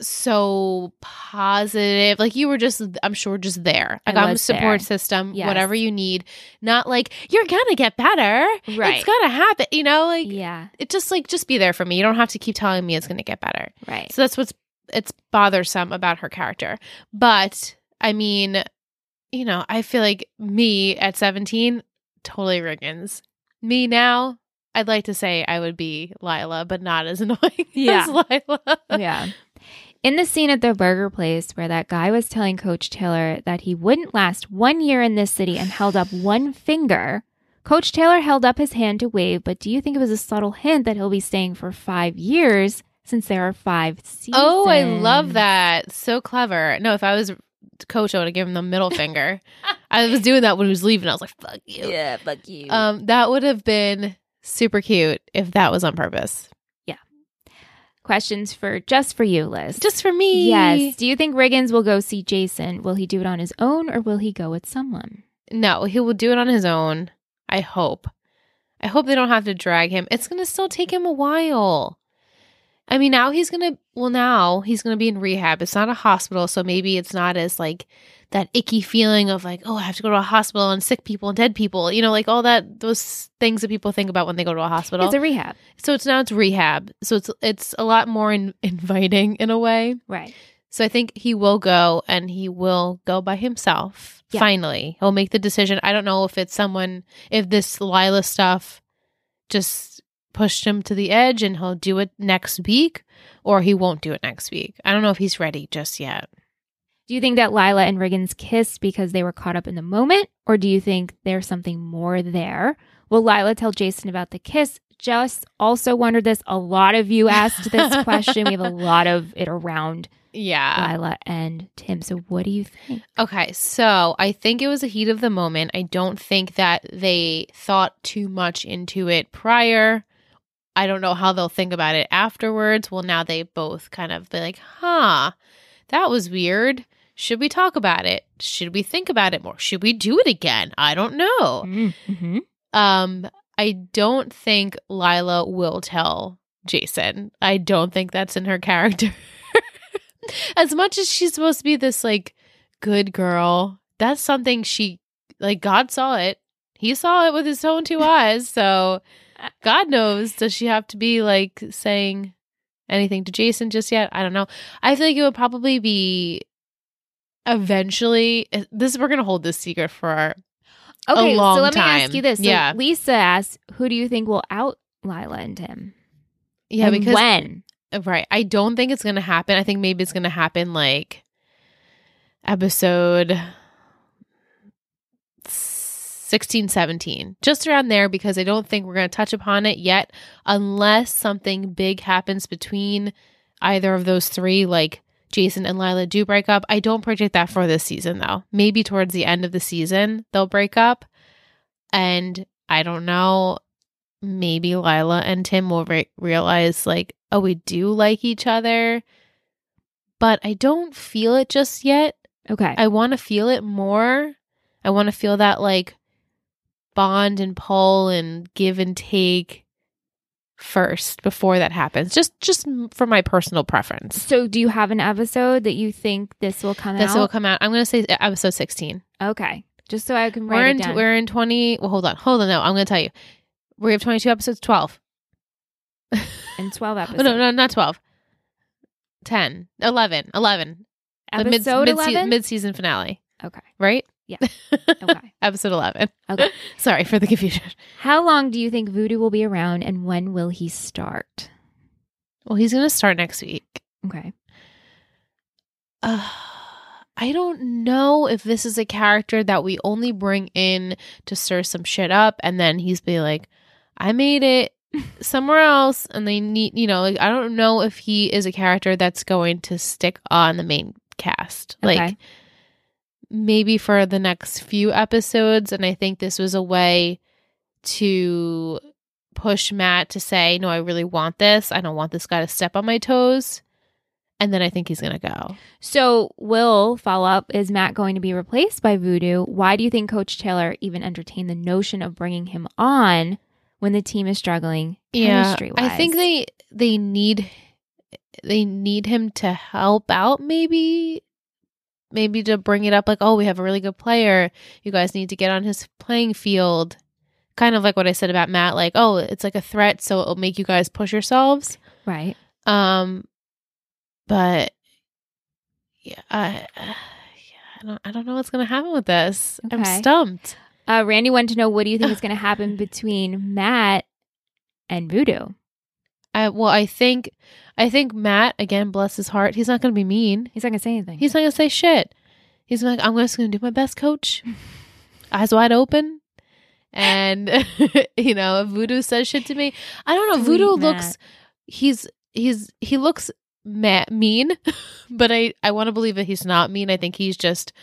so positive. Like you were just, I'm sure, just there. I Like I am was support there. system, Yes. whatever you need. Not like you're gonna get better. Right. It's gonna happen. You know, like yeah. it just like just be there for me. You don't have to keep telling me it's gonna get better. Right. So that's what's it's bothersome about her character. But I mean, you know, I feel like me at 17, totally Riggins. Me now, I'd like to say I would be Lila, but not as <laughs> annoying Yeah. as Lila. <laughs> yeah. In the scene at the burger place where that guy was telling Coach Taylor that he wouldn't last one year in this city and held <sighs> up one finger, Coach Taylor held up his hand to wave, but do you think it was a subtle hint that he'll be staying for five years since there are five seasons? Oh, I love that. So clever. No, if I was coach, I would have given him the middle finger. I was doing that when he was leaving. I was like, fuck you. Yeah, fuck you. Um, that would have been super cute if that was on purpose. Questions for just for you, Liz. Just for me. yes. Do you think Riggins will go see Jason? Will he do it on his own or will he go with someone? No, he will do it on his own. I hope. I hope they don't have to drag him. It's going to still take him a while. I mean, now he's going to, well, now he's going to be in rehab. It's not a hospital. So maybe it's not as like that icky feeling of like, oh, I have to go to a hospital and sick people and dead people, you know, like all that, those things that people think about when they go to a hospital. It's a rehab. so it's now it's rehab. So it's, it's a lot more in, <laughs> inviting in a way. Right. So I think he will go and he will go by himself. Yeah. Finally, he'll make the decision. I don't know if it's someone, if this Lila stuff just pushed him to the edge and he'll do it next week or he won't do it next week. I don't know if he's ready just yet. Do you think that Lila and Riggins kissed because they were caught up in the moment? Or do you think there's something more there? Will Lila tell Jason about the kiss? Just also wondered this. A lot of you asked this <laughs> question. We have a lot of it around Yeah. Lila and Tim. So what do you think? Okay. So I think it was a heat of the moment. I don't think that they thought too much into it prior. I don't know how they'll think about it afterwards. Well, now they both kind of be like, huh, that was weird. Should we talk about it? Should we think about it more? Should we do it again? I don't know. Mm-hmm. Um, I don't think Lila will tell Jason. I don't think that's in her character. <laughs> as much as she's supposed to be this like good girl, that's something she like God saw it. He saw it with his own two eyes. <laughs> So God knows does she have to be like saying anything to Jason just yet? I don't know. I feel like it would probably be eventually eh, this we're going to hold this secret for our Okay, a long so let time. me ask you this. So Yeah. Lisa asks, who do you think will out Lila and Tim? yeah, and because when? Right. I don't think it's going to happen. I think maybe it's going to happen like episode 16, 17, just around there, because I don't think we're going to touch upon it yet unless something big happens between either of those three, like Jason and Lila do break up. I don't predict that for this season, though. Maybe towards the end of the season, they'll break up. And I don't know. Maybe Lila and Tim will re- realize, like, oh, we do like each other. But I don't feel it just yet. Okay. I want to feel it more. I want to feel that, like, bond and pull and give and take first before that happens just just for my personal preference so do you have an episode that you think this will come this out? will come out. I'm gonna say episode 16. okay. Just so I can write We're it in down. we're in 20. Well, hold on, hold on. No, I'm gonna tell you. We have 22 episodes. 12. in 12 Oh, episodes. no, no, not 12. 10, 11, 11. The mid- Episode mid, 11? mid season finale, okay. right? <laughs> Yeah. Okay. episode 11. Okay. <laughs> Sorry for the confusion. <laughs> How long do you think Voodoo will be around and when will he start? Well, he's gonna start next week. Okay. uh, <sighs> I don't know if this is a character that we only bring in to stir some shit up, and then he's be like, "I made it somewhere else," and they need, you know, like I don't know if he is a character that's going to stick on the main cast, Okay. like maybe for the next few episodes. And I think this was a way to push Matt to say, "No, I really want this. I don't want this guy to step on my toes." And then I think he's gonna go. So, Will follow up is Matt going to be replaced by Voodoo? Why do you think Coach Taylor even entertained the notion of bringing him on when the team is struggling chemistry wise? I think they they need they need him to help out maybe maybe to bring it up like oh we have a really good player you guys need to get on his playing field kind of like what I said about Matt like oh it's like a threat so it'll make you guys push yourselves right. um but yeah I uh, yeah, I don't I don't know what's going to happen with this I'm Okay. stumped Uh, Randy wanted to know what do you think <sighs> is going to happen between Matt and Voodoo? I well I think I think Matt again bless his heart he's not going to be mean He's not going to say anything. He's not gonna say shit. He's like, I'm just gonna do my best, coach. <laughs> Eyes wide open. And <laughs> you know, if Voodoo says shit to me, I don't know. Sweet Voodoo Matt. looks he's he's he looks ma- mean, <laughs> but I I want to believe that he's not mean. I think he's just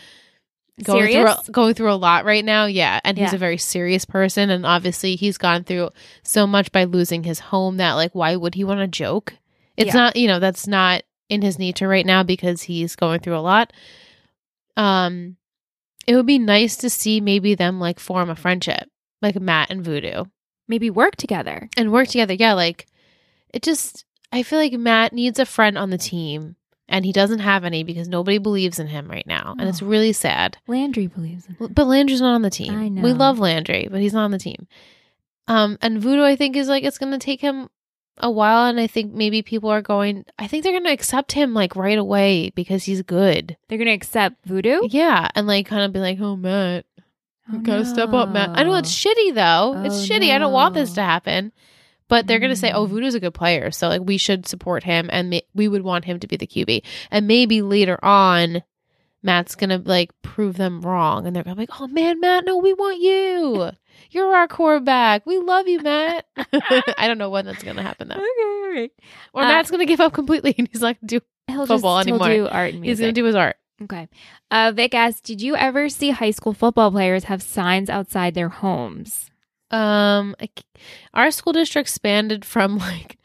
going Serious? through a, going through a lot right now. Yeah, and he's Yeah. a very serious person, and obviously he's gone through so much by losing his home that like why would he want to joke? It's Yeah. not you know that's not in his nature right now because he's going through a lot. Um, it would be nice to see maybe them like form a friendship like Matt and Voodoo Maybe work together. and work together. Yeah, like it just I feel like Matt needs a friend on the team. And he doesn't have any because nobody believes in him right now. And it's Oh. really sad. Landry believes in Well, But Landry's not on the team. I know. We love Landry, but he's not on the team. Um, and Voodoo, I think, is like it's going to take him a while, and I think maybe people are going. I think they're going to accept him like right away because he's good. They're going to accept Voodoo? Yeah, and like kind of be like, oh Matt, Oh, you gotta step up, Matt. I know it's no. shitty though. it's Oh, shitty. I don't want this no. to happen. But they're gonna say, "Oh, Mm. Voodoo's a good player, so like we should support him, and ma- we would want him to be the QB." And maybe later on, Matt's gonna like prove them wrong, and they're gonna be like, "Oh man, Matt, no, we want you. You're our quarterback. We love you, Matt." <laughs> I don't know when that's gonna happen though. Okay, all right. Or Uh, Matt's gonna give up completely, and he's like, "Do He'll Football just, he'll anymore. do art and music. he's gonna do his art." Okay. Uh, Vic asked, did you ever see high school football players have signs outside their homes? Um, I c- our school district expanded from <laughs> like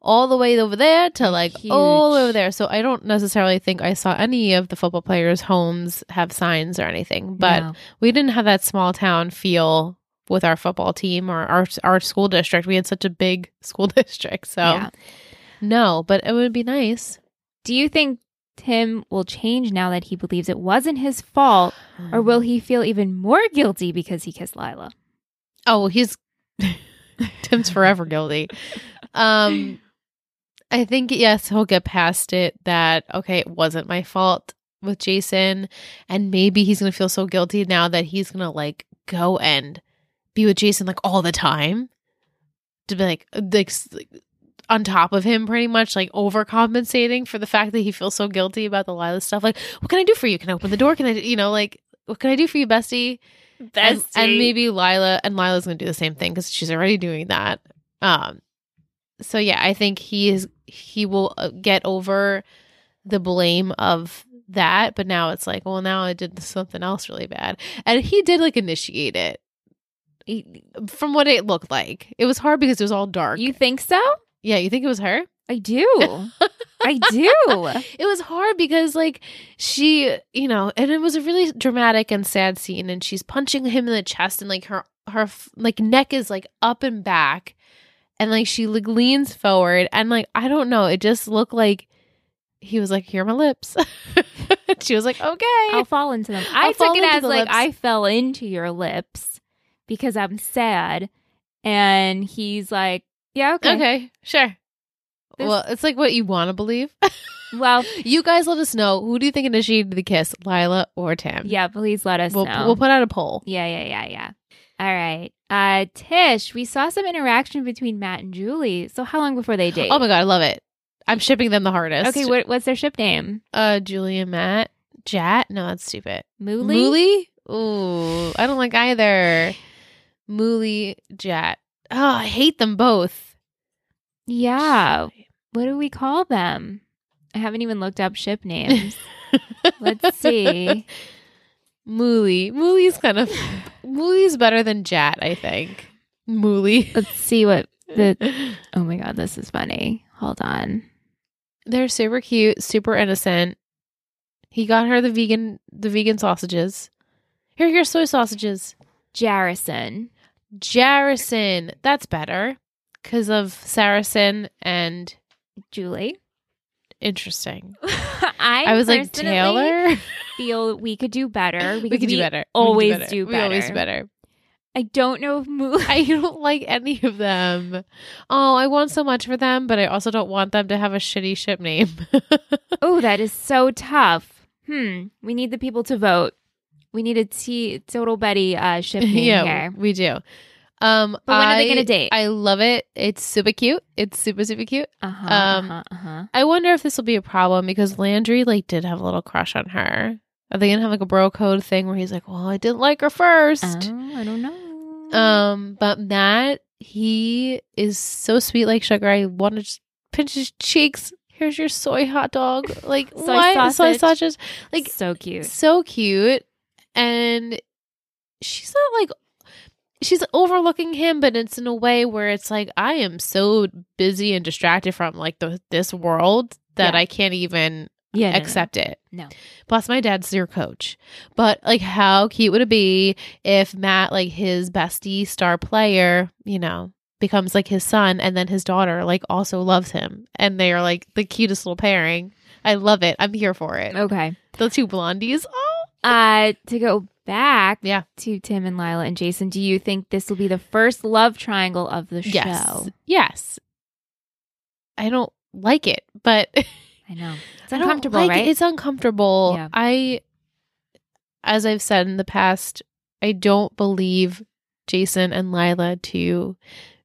all the way over there to like all Huge. over there. So I don't necessarily think I saw any of the football players' homes have signs or anything. But No. we didn't have that small town feel with our football team or our our school district. We had such a <laughs> big school district, so Yeah. no. But it would be nice. Do you think Tim will change now that he believes it wasn't his fault, or will he feel even more guilty because he kissed Lila? Oh well, he's <laughs> Tim's forever guilty. Um, I think yes, he'll get past it. That okay, it wasn't my fault with Jason, and maybe he's gonna feel so guilty now that he's gonna like go and be with Jason like all the time to be like like s- like, on top of him pretty much like overcompensating for the fact that he feels so guilty about the Lila stuff like what can I do for you can I open the door can I do-" you know like what can I do for you bestie and, and maybe Lila and Lila's gonna do the same thing because she's already doing that. Um, so yeah, I think he is he will uh, get over the blame of that, but now it's like, well, now I did something else really bad, and he did like initiate it. He- From what it looked like, it was hard because it was all dark. you think so? yeah, you think it was her? I <laughs> do. I do. it was hard because like she you know and it was a really dramatic and sad scene and she's punching him in the chest and like her her like neck is like up and back and like she like leans forward and like i don't know it just looked like he was like here are my lips <laughs> she was like okay I'll fall into them. I I'll took fall it into as the like lips. I fell into your lips because I'm sad, and he's like, "Yeah, okay." okay. sure There's- well it's like what you want to believe <laughs> Well, you guys let us know who do you think initiated the kiss lila or tim yeah. Please let us we'll, know. we'll put out a poll yeah, yeah, yeah, yeah. All right, uh, Tish. We saw some interaction between Matt and Julie. So how long before they date? oh my god i love it i'm shipping them the hardest Okay, what, what's their ship name? Uh, Julia Matt. Jat? No, that's stupid. Mooley. Mooly? Ooh, I don't like either. Mooly, Jat. Oh, I hate them both. Yeah. What do we call them? I haven't even looked up ship <laughs> names. Let's see. Mooly. Mooly's kind of. Mooly's better than Jat, I think. Mooly. Let's see what the. Oh my god, this is funny. Hold on. <laughs> They're super cute, super innocent. He got her the vegan, the vegan sausages. Here, are your soy sausages. Jarrison. Jarrison. That's better because of Saracen and Julie. interesting. <laughs> I, I was like personally Taylor. Feel we could do better. <gasps> <laughs> We because could do better. We could always do We always better. do better. <laughs> I don't know if <laughs> Mooley. I don't like any of them. Oh, I want so much for them, but I also don't want them to have a shitty ship name. oh, that is so tough. Hmm. We need the people to vote. We need a T total Betty uh, <laughs> ship name yeah, here. we do. Um, But when are they I- gonna date? I love it. It's super cute. It's super super cute. Uh huh. Um, uh-huh, uh-huh. I wonder if this will be a problem because Landry like did have a little crush on her. Are they gonna have like a bro code thing where he's like, "Well, I didn't like her first. Oh, I don't know. Um, but Matt, he is so sweet like sugar. I want to just pinch his cheeks. Here's your soy hot dog. Like Soy what? Soy sausage. sausages. like- so cute. So cute. And she's not like she's overlooking him, but it's in a way where it's like I am so busy and distracted from like the, this world that Yeah. I can't even Yeah. no, no, no. accept it. No. Plus, my dad's your coach. But like, how cute would it be if Matt, like his bestie star player, you know, becomes like his son, and then his daughter, like, also loves him, and they are like the cutest little pairing. I love it. I'm here for it. Okay. The two blondies. Oh, Uh, to go back Yeah. to Tim and Lila and Jason, do you think this will be the first love triangle of the yes, show? yes. I don't like it, but <laughs> I know. It's I don't uncomfortable, like it. right? It's uncomfortable. Yeah. I, as I've said in the past, I don't believe Jason and Lila to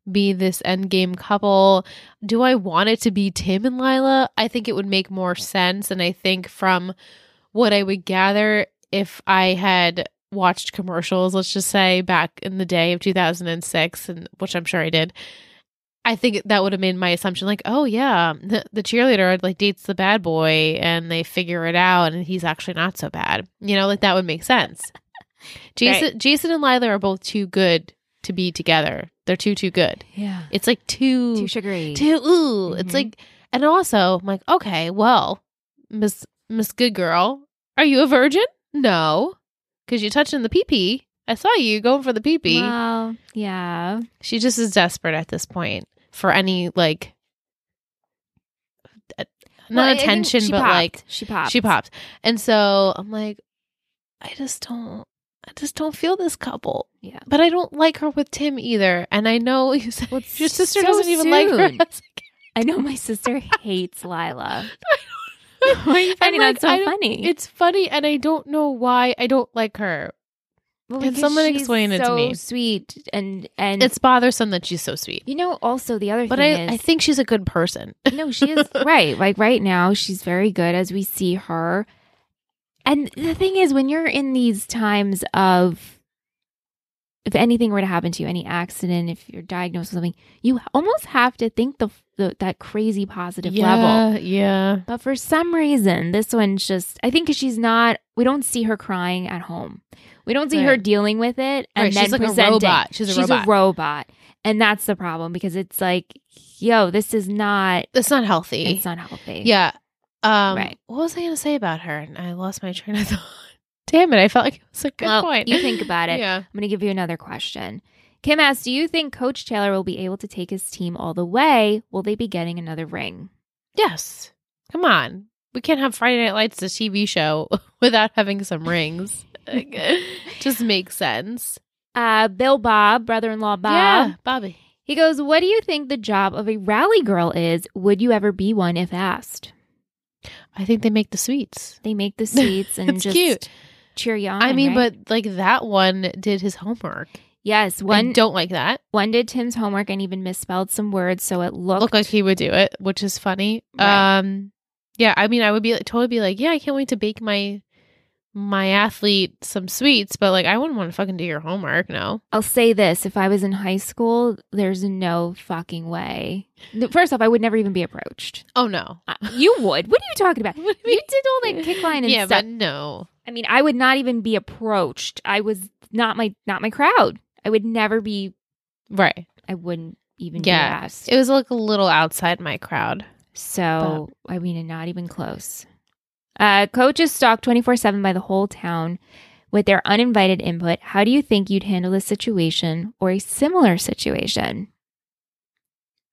be this endgame couple. Do I want it to be Tim and Lila? I think it would make more sense. And I think from what I would gather if I had watched commercials, let's just say back in the day of 2006, and which I'm sure I did, I think that would have made my assumption like, oh yeah, the, the cheerleader like dates the bad boy and they figure it out and he's actually not so bad. You know, like that would make sense. Jason Jason and Lila are both too good to be together. They're too too good. yeah. It's like too Too sugary. too ooh. Mhm. It's like and also I'm like, okay, well, Miss Miss Good Girl, are you a virgin? No. Cause you touching the pee pee. I saw you going for the pee pee. Well, yeah. She just is desperate at this point for any like Well, I not think attention, she but popped. like she popped. she popped. And so I'm like, I just don't, I just don't feel this couple. Yeah. But I don't like her with Tim either. And I know <laughs> you said Well, your it's sister so doesn't even like <laughs> her. <laughs> soon. I know my sister hates <laughs> Lila. Why <laughs> are you I'm finding like, that so I don't- funny? It's funny, and I don't know why I don't like her. Well, Can because someone she's explain it to so me? Sweet and and It's bothersome that she's so sweet. you know. Also, the other But thing I, Mm. is, I think she's a good person. <laughs> no, she is right. Like right now, she's very good as we see her. And the thing is, when you're in these times of, if anything were to happen to you, any accident, if you're diagnosed with something, you almost have to think the, the that crazy positive level. yeah. But for some reason, this one's just, I think 'cause she's not, we don't see her crying at home. We don't see her Right. dealing with it. And Right, then she's like a presenting. robot. She's a robot. robot. And that's the problem because it's like, yo, this is not, It's not healthy. it's not healthy. Yeah. Um, Right. What was I going to say about her? And I lost my train of <laughs> thought. Damn it. I felt like it was a good Well, point. you think <laughs> about it. Yeah. I'm going to give you another question. Kim asks, do you think Coach Taylor will be able to take his team all the way? Will they be getting another ring? Yes. Come on. We can't have Friday Night Lights, the TV show, <laughs> without having some rings. <laughs> Like, Just makes sense. Uh, Bill Bob, brother in law Bob. yeah. Bobby. He goes, What do you think the job of a rally girl is? Would you ever be one if asked? I think they make the sweets. They <laughs> make the sweets and It's just cute. cheer you on. I mean, right? but like that one did his homework. yes, One one don't like that. one did Tim's homework and even misspelled some words, so it looked Look like he would do it, which is funny. Right. Um, yeah. I mean, I would be totally be like, yeah, I can't wait to bake my my athlete some sweets, but like, I wouldn't want to fucking do your homework. No. I'll say this: if I was in high school, there's no fucking way. First off, I would never even be approached. Oh no. <laughs> Uh, You would? What are <laughs> you talking about? What do you You did all that kick line and yeah, stuff. but no. I mean, I would not even be approached. I was not my not my crowd. I would never be. Right. I wouldn't even Yeah. be asked. It was like a little outside my crowd. So, I mean, and not even close. Uh, coach is stalked 24 7 by the whole town with their uninvited input. How do you think you'd handle this situation or a similar situation?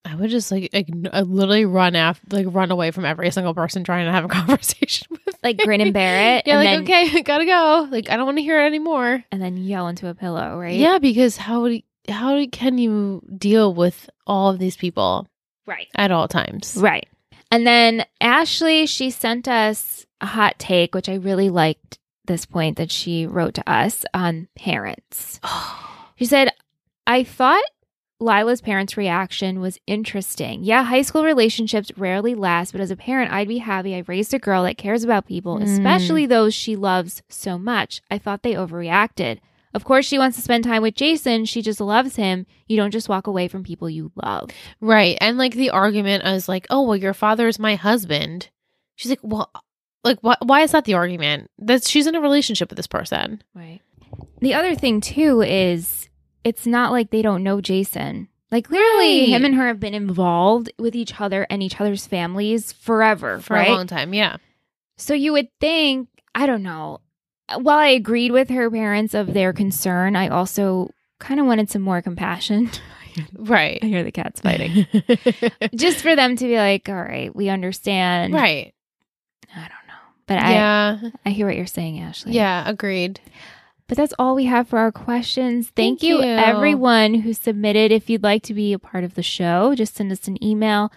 I would just like ign- I literally run after, like run away from every single person trying to have a <laughs> conversation with. Like me. grin and <laughs> bear it. Yeah, and, like then, okay, gotta go. Like I don't want to hear it anymore. and then yell into a pillow, right? Yeah, because how would how can you deal with all of these people Right. at all times? Right. And then Ashley, she sent us a hot take, which I really liked this point that she wrote to us on parents. She said, I thought Lila's parents' reaction was interesting. Yeah, high school relationships rarely last, but as a parent, I'd be happy I raised a girl that cares about people, Mm. especially those she loves so much. I thought they overreacted. Of course, she wants to spend time with Jason. She just loves him. You don't just walk away from people you love. <sighs> right, and like the argument is like, oh well, your father is my husband. She's like, well, like why why is that the argument? That she's in a relationship with this person. Right. The other thing, too, is it's not like they don't know Jason. Like, clearly, Right. him and her have been involved with each other and each other's families forever, for right? a long time. Yeah. So you would think, I don't know. uh, While I agreed with her parents of their concern, I also kind of wanted some more compassion. <laughs> Right. I hear the cats <laughs> fighting. Just for them to be like, all right, we understand. right. I don't know. But yeah. I, I hear what you're saying, Ashley. Yeah. Agreed. But that's all we have for our questions. Thank, Thank you, you. everyone who submitted. If you'd like to be a part of the show, just send us an email,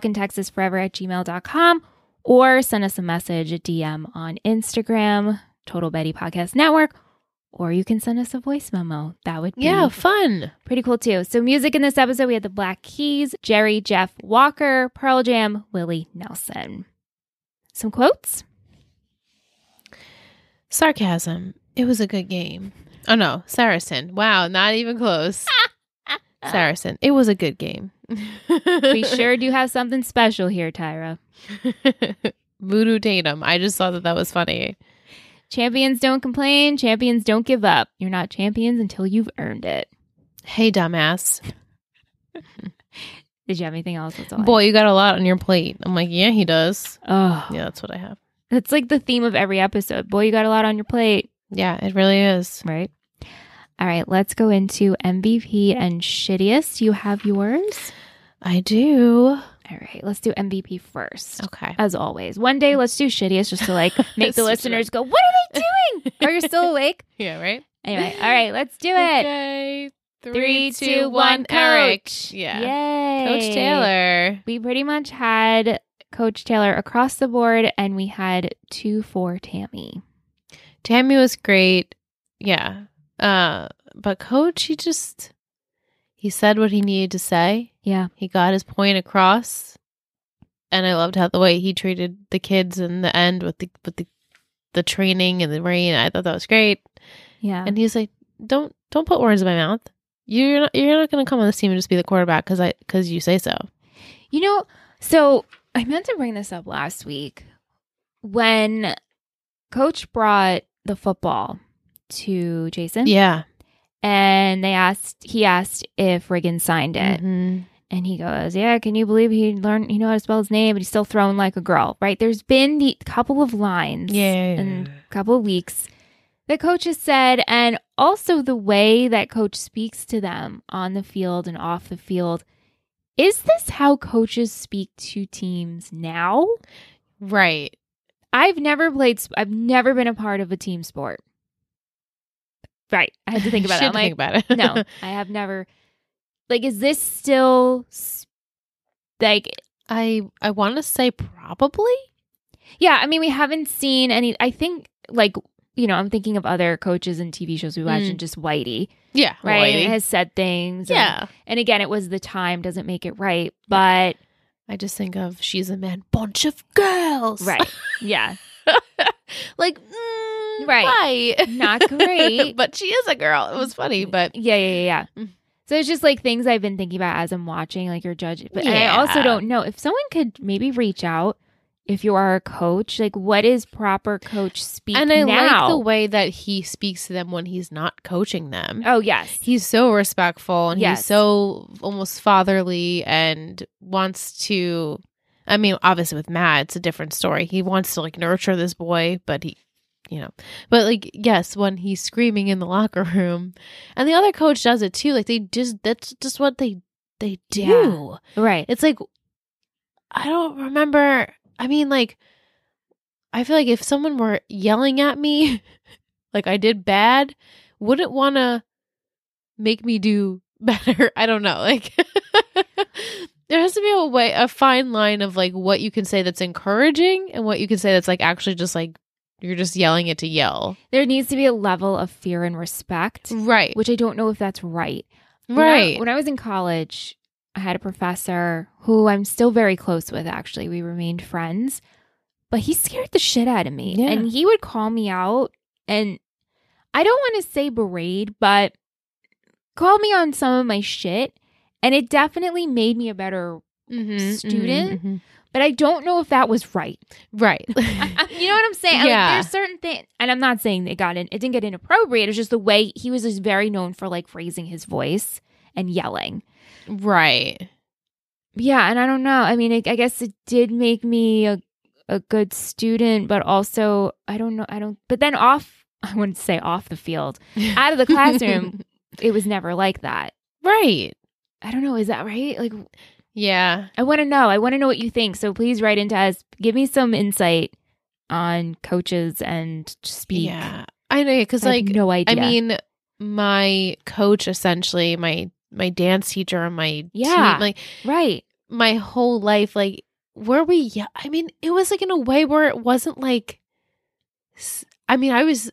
talkintexasforever at gmail.com, or send us a message, a DM on Instagram, Total Betty Podcast Network, or you can send us a voice memo. That would be Yeah. Fun. pretty cool too. So, music in this episode, we had the Black Keys, Jerry Jeff Walker, Pearl Jam, Willie Nelson. Some quotes? Sarcasm. It was a good game. Oh no, Saracen. Wow, not even <laughs> close. Saracen. It was a good game. We sure do have something special here, Tyra. <laughs> Voodoo Tatum. I just thought that that was funny. Champions don't complain. Champions don't give up. You're not champions until you've earned it. Hey, dumbass. Did you have anything else? That's all I- Boy, you got a lot on your plate. I'm like, yeah, he does. oh, Yeah, that's what I have. that's like the theme of every episode. Boy, you got a lot on your plate, Yeah, it really is. right? All right, let's go into MVP and shittiest. You have yours. I do. All right, let's do MVP first. Okay. As always, one day let's do shittiest just to like <laughs> make Switch it the up. listeners go, "What are they doing? Are you <laughs> still awake?" Yeah, right? Anyway, all right, let's do it. Okay. Three, two, one. Eric. Coach. Yeah. Yay. Coach Taylor. We pretty much had Coach Taylor across the board, and we had two for Tammy. Tammy was great. Yeah. Uh, but coach, he just he said what he needed to say. Yeah. He got his point across. And I loved how the way he treated the kids in the end with the with the the training and the rain. I thought that was great. Yeah. And he's like, "Don't don't put words in my mouth. You're not you're not going to come on this team and just be the quarterback because I because you say so." You know, so I meant to bring this up last week when coach brought the football to Jason Yeah. and they asked he asked if Riggins signed it Mhm. and he goes, "Yeah, can you believe he learned he know how to spell his name but he's still thrown like a girl." Right? There's been the couple of lines Yeah. and couple of weeks the coach has said and also the way that coach speaks to them on the field and off the field is this how coaches speak to teams now Right. i've never played sp- i've never been a part of a team sport right i had to think about <laughs> She that had I'm to like, think about it. <laughs> no i have never like is this still s- like I I want to say probably. Yeah, I mean, we haven't seen any. I think, like, you know, I'm thinking of other coaches and TV shows we watch, Mm. and just Whitey, Yeah. right? Whitey. Has said things. and- Yeah. And, again, it was the time doesn't make it <laughs> right, but I just think of she's a man bunch of girls. right, yeah, like mm, Right. why? Not great. <laughs> but she is a girl. It was funny, but yeah, yeah, yeah. yeah. Mm. So it's just like things I've been thinking about as I'm watching, like your judge. But and I Yeah. also don't know if someone could maybe reach out if you are a coach, like what is proper coach speak and I now? like the way that he speaks to them when he's not coaching them. oh yes, He's so respectful and Yes. he's so almost fatherly and wants to I mean, obviously with Matt, it's a different story. He wants to like nurture this boy, but he you know. But like yes, when he's screaming in the locker room and the other coach does it too. Like they just that's just what they they do. Yeah. right, It's like I don't remember. I mean, like I feel like if someone were yelling at me, <laughs> like I did bad, wouldn't want to make me do <laughs> better. I don't know. Like <laughs> there has to be a way, a fine line of like what you can say that's encouraging and what you can say that's like actually just like you're just yelling it to yell. there needs to be a level of fear and respect, Right. which I don't know if that's right. When I- Right. When I, was in college, I had a professor who I'm still very close with, actually. We remained friends, but he scared the shit out of me. Yeah. And he would call me out, and I don't want to say berate, but call me on some of my shit. And it definitely made me a better, Mhm, mhm, student? mhm. but I don't know if that was right. <laughs> <laughs> Right. I- you know what I'm saying? Like, Yeah. there's certain things, and I'm not saying it got in. It didn't get inappropriate. It's just the way he was just very known for like raising his voice and yelling. right. Yeah, and I don't know. I mean, I, I guess it did make me a a good student, but also I don't know. I don't. But then off, <laughs> I wouldn't say off the <laughs> field, out of the classroom, it was never like that. right. I don't know. Is that right? Like, Yeah. I want to know. I want to know what you think. So please write into us. Give me some insight on coaches and speak. Yeah. I know because I have like no idea. I mean, my coach essentially, my my dance teacher, my Yeah. team, like right? my whole life, like were we? Yeah, I mean, it was like in a way where it wasn't like. s- I mean, I was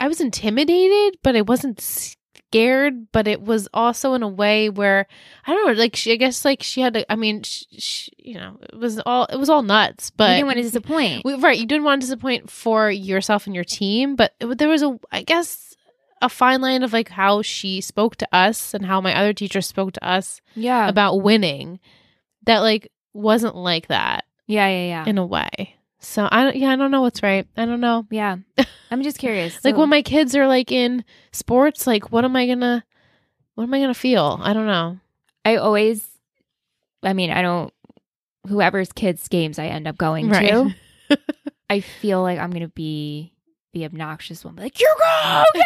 I was intimidated, but I wasn't scared. But it was also in a way where I don't know, like she, I guess, like she had. To, I mean, sh sh you know, it was all it was all nuts, but you didn't want to disappoint. we, right, you didn't want to disappoint for yourself and your team, but it- there was a, I guess, a fine line of like how she spoke to us and how my other teacher spoke to us yeah. about winning, that like wasn't like that yeah. Yeah. Yeah. in a way. So I don't, yeah, I don't know what's right. I don't know. yeah. <laughs> I'm just curious. Like So- when my kids are like in sports, like what am I gonna, what am I gonna feel? I don't know. I always, I mean, I don't, <laughs> whoever's kids' games I end up going Right. to, I feel like I'm going to be the obnoxious one, be like, "You Oh, go!"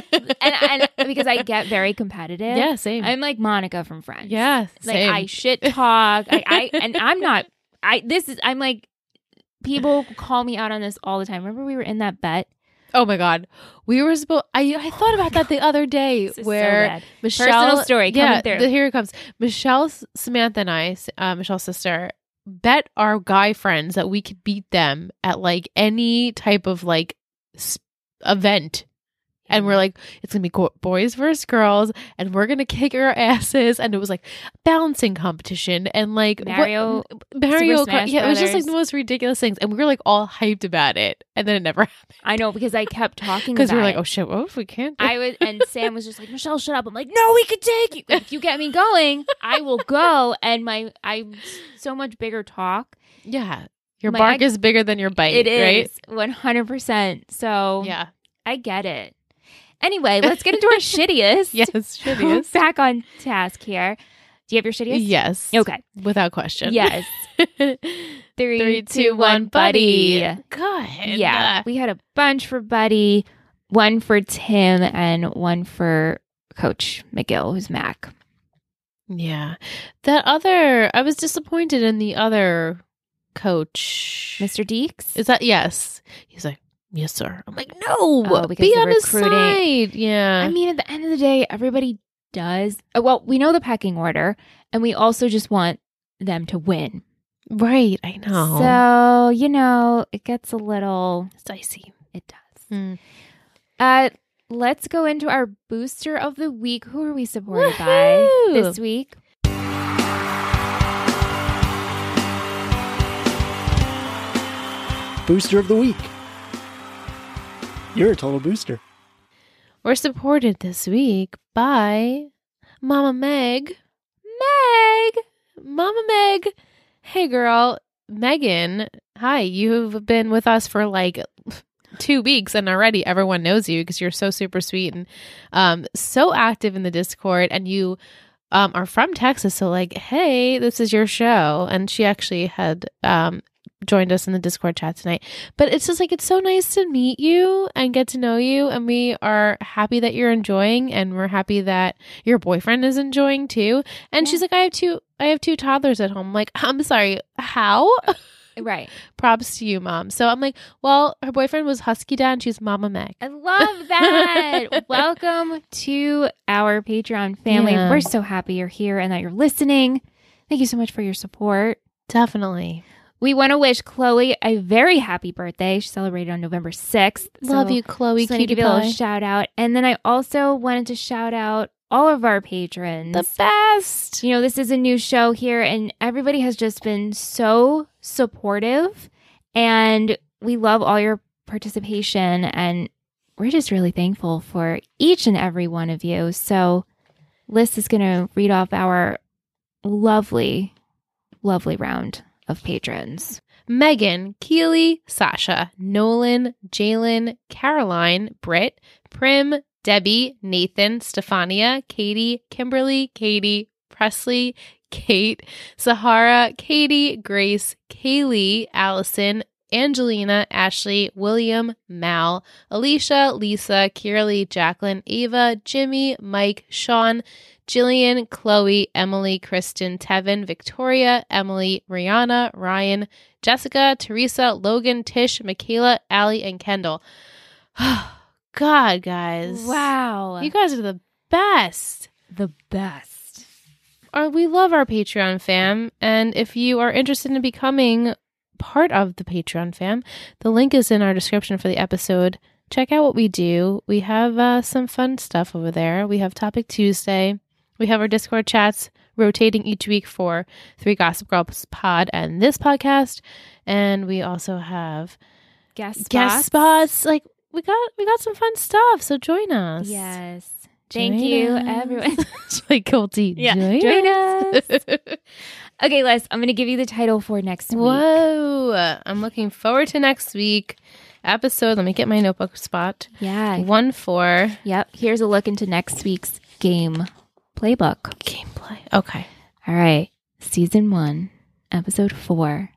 yeah!" <laughs> and, <laughs> and because I get very competitive. yeah, same. I'm like Monica from Friends. yeah, like same. I <laughs> shit talk. I, I and I'm not. I this is. I'm like people call me out on this all the time. Remember we were in that bet oh my god, we were supposed. I I thought about that the other day Oh This is so where bad. Michelle personal story coming yeah, through. the- here it comes. Michelle, S- Samantha, and I, S- uh, Michelle's sister, bet our guy friends that we could beat them at like any type of like s- event. And we're like, it's gonna be go- boys versus girls, and we're gonna kick our asses. And it was like balancing competition, and like what- Mario Mario, Super Kart. Smash yeah, it was just like Brothers. the most ridiculous things, and we were like all hyped about it, and then it never happened I know because I kept talking because we were about like, it. oh shit, what if we can't? I was, and Sam was just like, Michelle, shut up. I'm like, no, we could take you. If you get me going, I will go. And my, I'm so much bigger talk. yeah, your My- bark is bigger than your bite. It right? is 100%. So Yeah. I get it. Anyway, let's get into our shittiest. <laughs> Yes, <laughs> shittiest. Back on task here. Do you have your shittiest? Yes. Okay. Without question. <laughs> Yes. Three, two, one, Three, two, one, buddy. Good. uh, Yeah. We had a bunch for Buddy, one for Tim, and one for Coach McGill, who's Mac. Yeah. That other, I was disappointed in the other coach. Mr. Deeks? Is that, yes. He's like, yes, sir. I'm like, no. Oh, because be the on his recruiting- side. I Yeah. mean, at the end of the day, everybody does. uh, Well, we know the pecking order, and we also just want them to win. right. I know. So, you know, it gets a little, it's dicey. it does. Mm. Uh, let's go into our booster of the week. Who are we supported by Woohoo! this week? Booster of the week. You're a total booster. We're supported this week by Mama Meg. Meg! Mama Meg. Hey, girl. Megan, hi. You've been with us for like two weeks, and already everyone knows you because you're so super sweet and um, so active in the Discord. And you um, are from Texas. So, like, hey, this is your show. And she actually had um, joined us in the Discord chat tonight. But it's just like, it's so nice to meet you and get to know you. And we are happy that you're enjoying, and we're happy that your boyfriend is enjoying too. And Yeah. she's like, I have two. I have two toddlers at home. Like, I'm sorry, how? Right. Props to you, mom. So I'm like, well, her boyfriend was Husky Dad. And she's Mama Meg. I love <laughs> that. Welcome to our Patreon family. Yeah. We're so happy you're here and that you're listening. Thank you so much for your support. Definitely We want to wish Chloe a very happy birthday. She celebrated on November 6th. love So you, Chloe. just wanted to Cutie give you a little pie. shout out. And then I also wanted to shout out all of our patrons. the best. you know, this is a new show here, and everybody has just been so supportive. And we love all your participation. And we're just really thankful for each and every one of you. So, Liz is going to read off our lovely, lovely round of patrons. Megan, Keely, Sasha, Nolan, Jalen, Caroline, Britt, Prim, Debbie, Nathan, Stefania, Katie, Kimberly, Katie, Presley, Kate, Sahara, Katie, Grace, Kaylee, Allison, Angelina, Ashley, William, Mal, Alicia, Lisa, Kirley, Jacqueline, Ava, Jimmy, Mike, Sean, Jillian, Chloe, Emily, Kristen, Tevin, Victoria, Emily, Rihanna, Ryan, Jessica, Teresa, Logan, Tish, Michaela, Allie, and Kendall. <sighs> God, guys. Wow. You guys are the best. the best. Or Uh, we love our Patreon fam. And if you are interested in becoming part of the Patreon fam, the link is in our description for the episode. Check out what we do. We have uh, some fun stuff over there. We have Topic Tuesday. We have our Discord chats rotating each week for Three Gossip Girls Pod and this podcast. And we also have Guest spots. guest spots. Like we got we got some fun stuff. So join us. <laughs> Yes. Join Thank you, us. everyone. <laughs> like guilty. Yeah. Join, Join us. <laughs> Okay, Les, I'm going to give you the title for next week. Whoa! I'm looking forward to next week episode. Let me get my notebook spot. Yeah. One four Yep. Here's a look into next week's game playbook. gameplay. Okay. All right. Season one, episode four.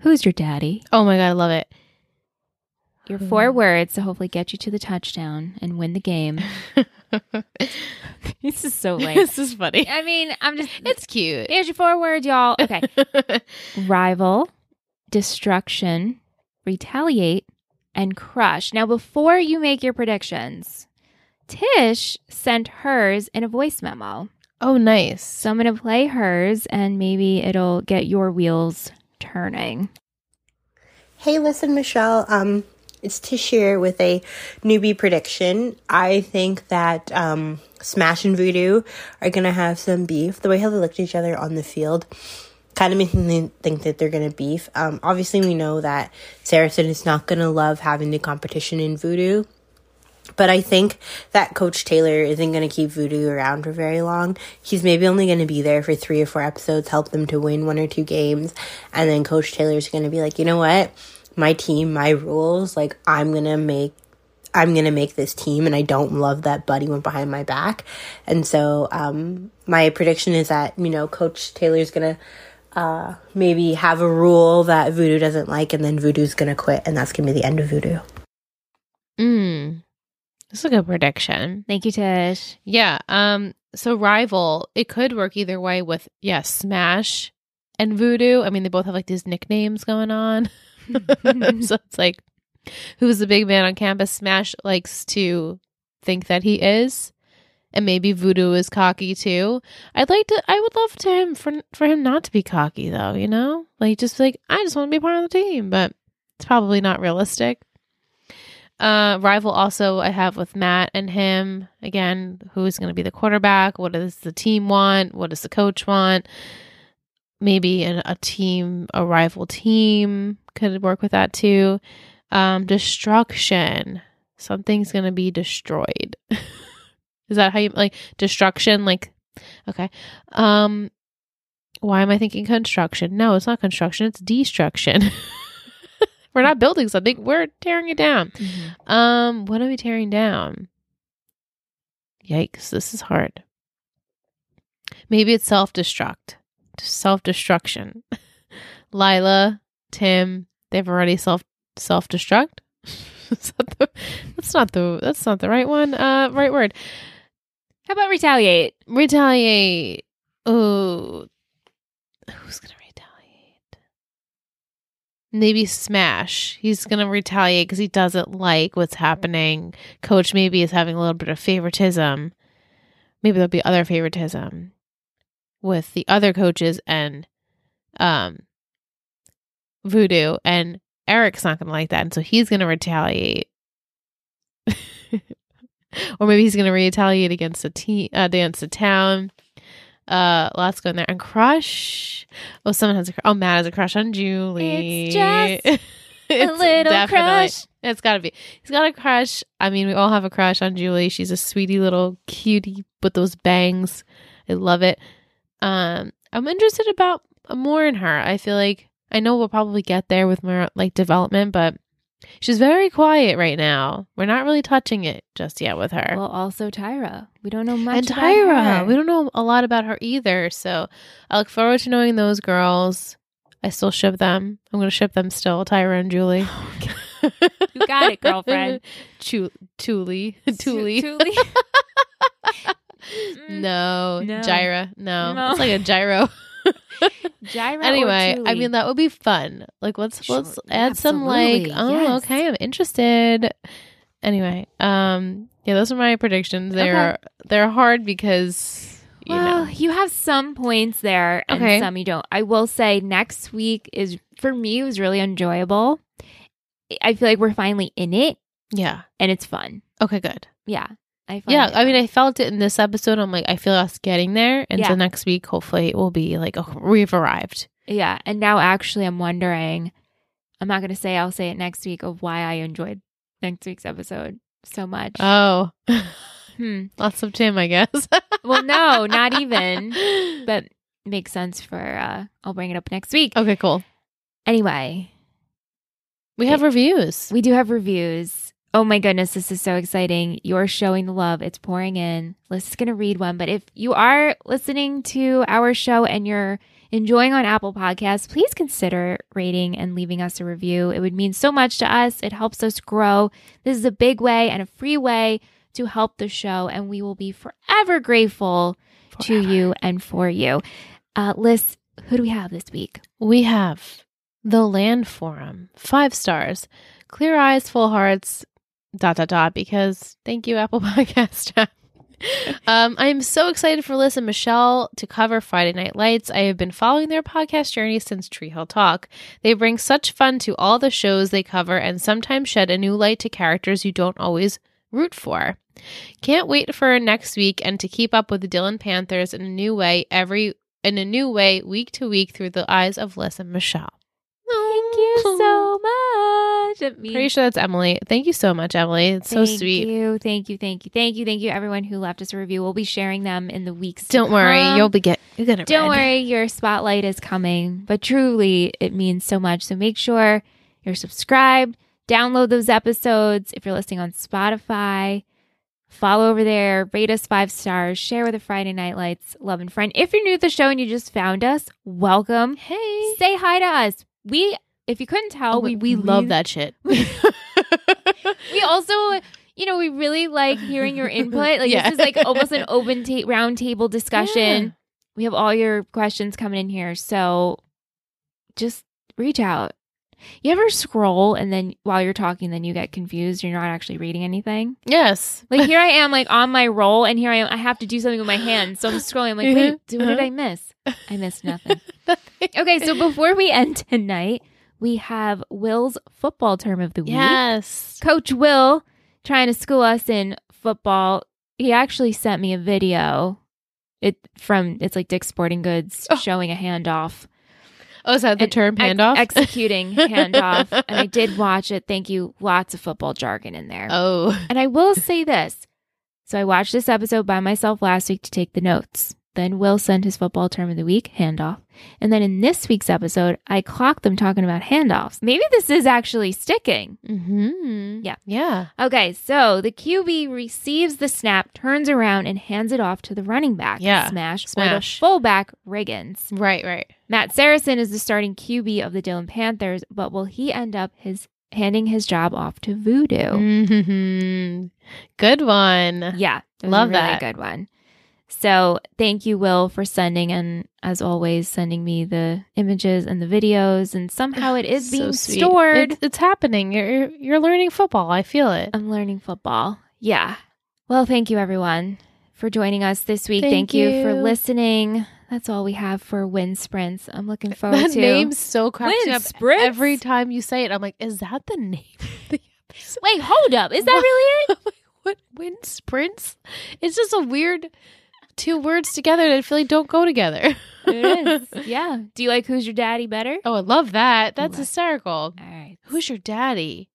Who's your daddy? Oh my god, I love it. Your four words to hopefully get you to the touchdown and win the game. this is so lame. <laughs> this is funny. I mean, I'm just. It's cute. Here's your four words, y'all. Okay. rival, destruction, retaliate, and crush. Now, before you make your predictions, Tish sent hers in a voice memo. oh, nice. So I'm going to play hers and maybe it'll get your wheels turning. Hey, listen, Michelle. Um, it's Tish here with a newbie prediction. I think that um, Smash and Voodoo are gonna have some beef. The way how they looked at each other on the field kind of making me think that they're gonna beef. Um, obviously, we know that Saracen is not gonna love having the competition in Voodoo. But I think that Coach Taylor isn't going to keep Voodoo around for very long. He's maybe only going to be there for three or four episodes, help them to win one or two games. And then Coach Taylor's going to be like, you know what? My team, my rules, like, I'm going to make. I'm gonna make this team, and I don't love that Buddy went behind my back. And so, um, my prediction is that you know Coach Taylor's gonna uh, maybe have a rule that Voodoo doesn't like, and then Voodoo's gonna quit, and that's gonna be the end of Voodoo. Mm. This is a good prediction. Thank you, <laughs> Tish. Yeah. Um. So rival, it could work either way. With yes, Smash and Voodoo. I mean, they both have like these nicknames going on. <laughs> so it's like, who's the big man on campus? Smash likes to think that he is, and maybe Voodoo is cocky too. I'd like to. I would love to him for for him not to be cocky though. You know, like just like I just want to be part of the team, but it's probably not realistic. Uh, rival also I have with Matt and him again. Who is going to be the quarterback? What does the team want? What does the coach want? Maybe an, a team, a rival team could work with that too. Um, destruction. Something's going to be destroyed. <laughs> is that how you like destruction? Like, okay. Um, why am I thinking construction? No, it's not construction. It's destruction. <laughs> we're not building something. We're tearing it down. Um, what are we tearing down? Yikes, this is hard. Maybe it's self destruct, self destruction. <laughs> Lila, Tim, they've already self self <laughs> destruct. that's not the that's not the that's not the right one. Uh, right word. How about retaliate? Retaliate. Oh, who's gonna retaliate? Maybe smash. He's gonna retaliate because he doesn't like what's happening. Coach maybe is having a little bit of favoritism. Maybe there'll be other favoritism with the other coaches and um voodoo and eric's not gonna like that and so he's gonna retaliate <laughs> or maybe he's gonna retaliate against the team uh, against the town uh lots going there and crush oh someone has a cr- oh matt has a crush on julie It's just <laughs> It's little definitely- crush. it's gotta be he's got a crush i mean we all have a crush on julie she's a sweetie little cutie with those bangs i love it um i'm interested about more in her i feel like i know we'll probably get there with more like development but she's very quiet right now we're not really touching it just yet with her Well, also Tyra. We don't know much and about tyra her. we don't know a lot about her either so i look forward to knowing those girls i still ship them i'm gonna ship them still tyra and julie Oh You got it, girlfriend. <laughs> Chu- Thule. <laughs> Thule. Tuli. Mm, No. No. Gyra. No. No. It's like a gyro. Gyra <laughs> or anyway, I Tuli? mean that would be fun. Like let's Sure. let's add some like Absolutely. oh Yes. okay, I'm interested. Anyway, um yeah, those are my predictions. They're they're hard because you well, know. you have some points there and Okay. some you don't. I will say next week is for me it was really enjoyable. I feel like we're finally in it Yeah. and it's fun. Okay, good. Yeah. I find yeah, it I mean fun. I felt it in this episode. I'm like I feel us getting there. And Yeah. so next week hopefully it will be like oh, we've arrived. yeah, and now actually I'm wondering I'm not going to say I'll say it next week of why I enjoyed next week's episode so much. Oh. hmm. <laughs> Lots of Tim, <laughs> I guess. Well, no, Oh, not even. But makes sense for uh I'll bring it up next week. <laughs> Okay, cool. Anyway, We have reviews. We do have reviews. Oh my goodness, this is so exciting. You're showing the love. It's pouring in. Let's just gonna read one. But if you are listening to our show and you're enjoying on Apple Podcasts, please consider rating and leaving us a review. It would mean so much to us. It helps us grow. This is a big way and a free way to help the show, and we will be forever grateful to you and for you. Uh, Liz, who do we have this week? We have the Land Forum, five stars, clear eyes, full hearts, dot dot dot. Because thank you, Apple <laughs> Podcast. um, I am so excited for Liz and Michelle to cover Friday Night Lights. I have been following their podcast journey since Tree Hill Talk. They bring such fun to all the shows they cover and sometimes shed a new light to characters you don't always root for. Can't wait for next week and to keep up with the Dylan Panthers in a new way every in a new way week to week through the eyes of Liz and Michelle. Thank you so much. It means Pretty sure that's Emily. Thank you so much, Emily. It's so Thank sweet. You, thank you, thank you, thank you, thank you, everyone who left us a review. We'll be sharing them in the weeks. to Don't worry, come. you'll be get you're gonna Um, Don't read. worry, your spotlight is coming. But truly, it means so much. So make sure you're subscribed. Download those episodes if you're listening on Spotify. Follow over there, rate us five stars, share with a Friday Night Lights love and friend. If you're new to the show and you just found us, welcome. Hey, Say hi to us. We, if you couldn't tell, oh, we, we love that. <laughs> that shit. we also you know we really like hearing your input like Yeah. this is like almost an open ta- round table discussion Yeah. we have all your questions coming in here so just reach out you ever scroll and then while you're talking then you get confused you're not actually reading anything <laughs> yes, like here i am like on my roll and here i am i have to do something with my hands so i'm scrolling i'm like Mhm. wait dude, what did i miss i missed nothing okay so before we end tonight we have will's football term of the week yes. Coach Will trying to school us in football. He actually sent me a video. It from it's like Dick's Sporting Goods Oh. showing a handoff, Oh, is that the And term Ex- handoff? executing handoff, and I did watch it. Thank you. Lots of football jargon in there. <laughs> oh, And I will say this. So I watched this episode by myself last week to take the notes. Then Will sent his football term of the week, handoff. And then in this week's episode, I clocked them talking about handoffs. Maybe this is actually sticking. mm-hmm. Yeah. yeah. Okay, so the QB receives the snap, turns around, and hands it off to the running back. Yeah, Smash, Or the smash. fullback, Riggins. Right, right. Matt Saracen is the starting QB of the Dillon Panthers, but will he end up his handing his job off to Mm. Voodoo? Mhm. Good one. Yeah, it was Love a really that. good one. So thank you, Will, for sending and as always sending me the images and the videos, and somehow it is So being sweet. stored. It's, it's happening. You're you're learning football. I feel it. I'm learning football. Yeah. Well, thank you everyone for joining us this week. Thank Thank, you. for you. listening. That's all we have for wind sprints. I'm <laughs> looking forward That to name so cracks me Oh, Win up sprints? every time you say it. I'm like, is that the name? <laughs> of the episode? Wait, hold up. Is that <laughs> What? really it? <laughs> I'm like, what wind sprints? It's just a weird two words together that I feel like don't go together. it is. <laughs> Yeah. Do you like who's your daddy better? <laughs> Oh, I love that. That's Love- hysterical. All right. Who's your daddy?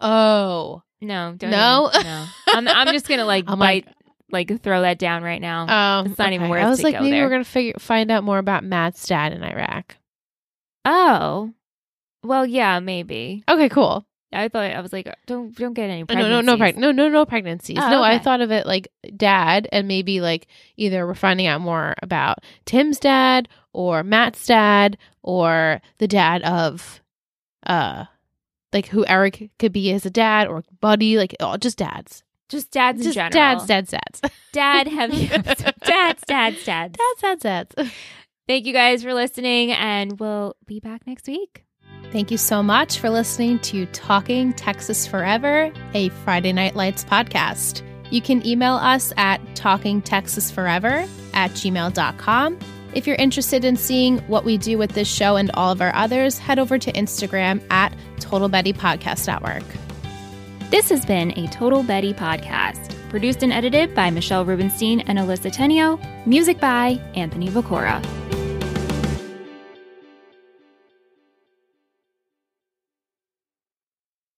Oh, No, don't No? even- <laughs> no. I'm I'm just gonna like Oh. I'm like- bite like throw that down right now. um, It's not even worth I was to like, go maybe there. we're gonna figure find out more about Matt's dad in Iraq. oh. Well, yeah, maybe. Okay, cool. I thought I was like, uh, don't don't get any No, no, no, preg- pregnancies. no, no, no pregnancies. Oh, no, I okay. thought of it like dad, and maybe like either we're finding out more about Tim's dad or Matt's dad or the dad of, uh, like who Eric could be as a dad or Buddy, like oh, just dads, Just dads in just general. dads, dads, dads, <laughs> Dad have <laughs> you dads, dads, dads. dads, dads, dads. Thank you guys for listening, and we'll be back next week. Thank you so much for listening to Talking Texas Forever, a Friday Night Lights podcast. You can email us at talkingtexasforever at gmail.com. If you're interested in seeing what we do with this show and all of our others, head over to Instagram at Total Betty Podcast Network. This has been a Total Betty podcast, produced and edited by Michelle Rubenstein and Alyssa Tenio, music by Anthony Vacora.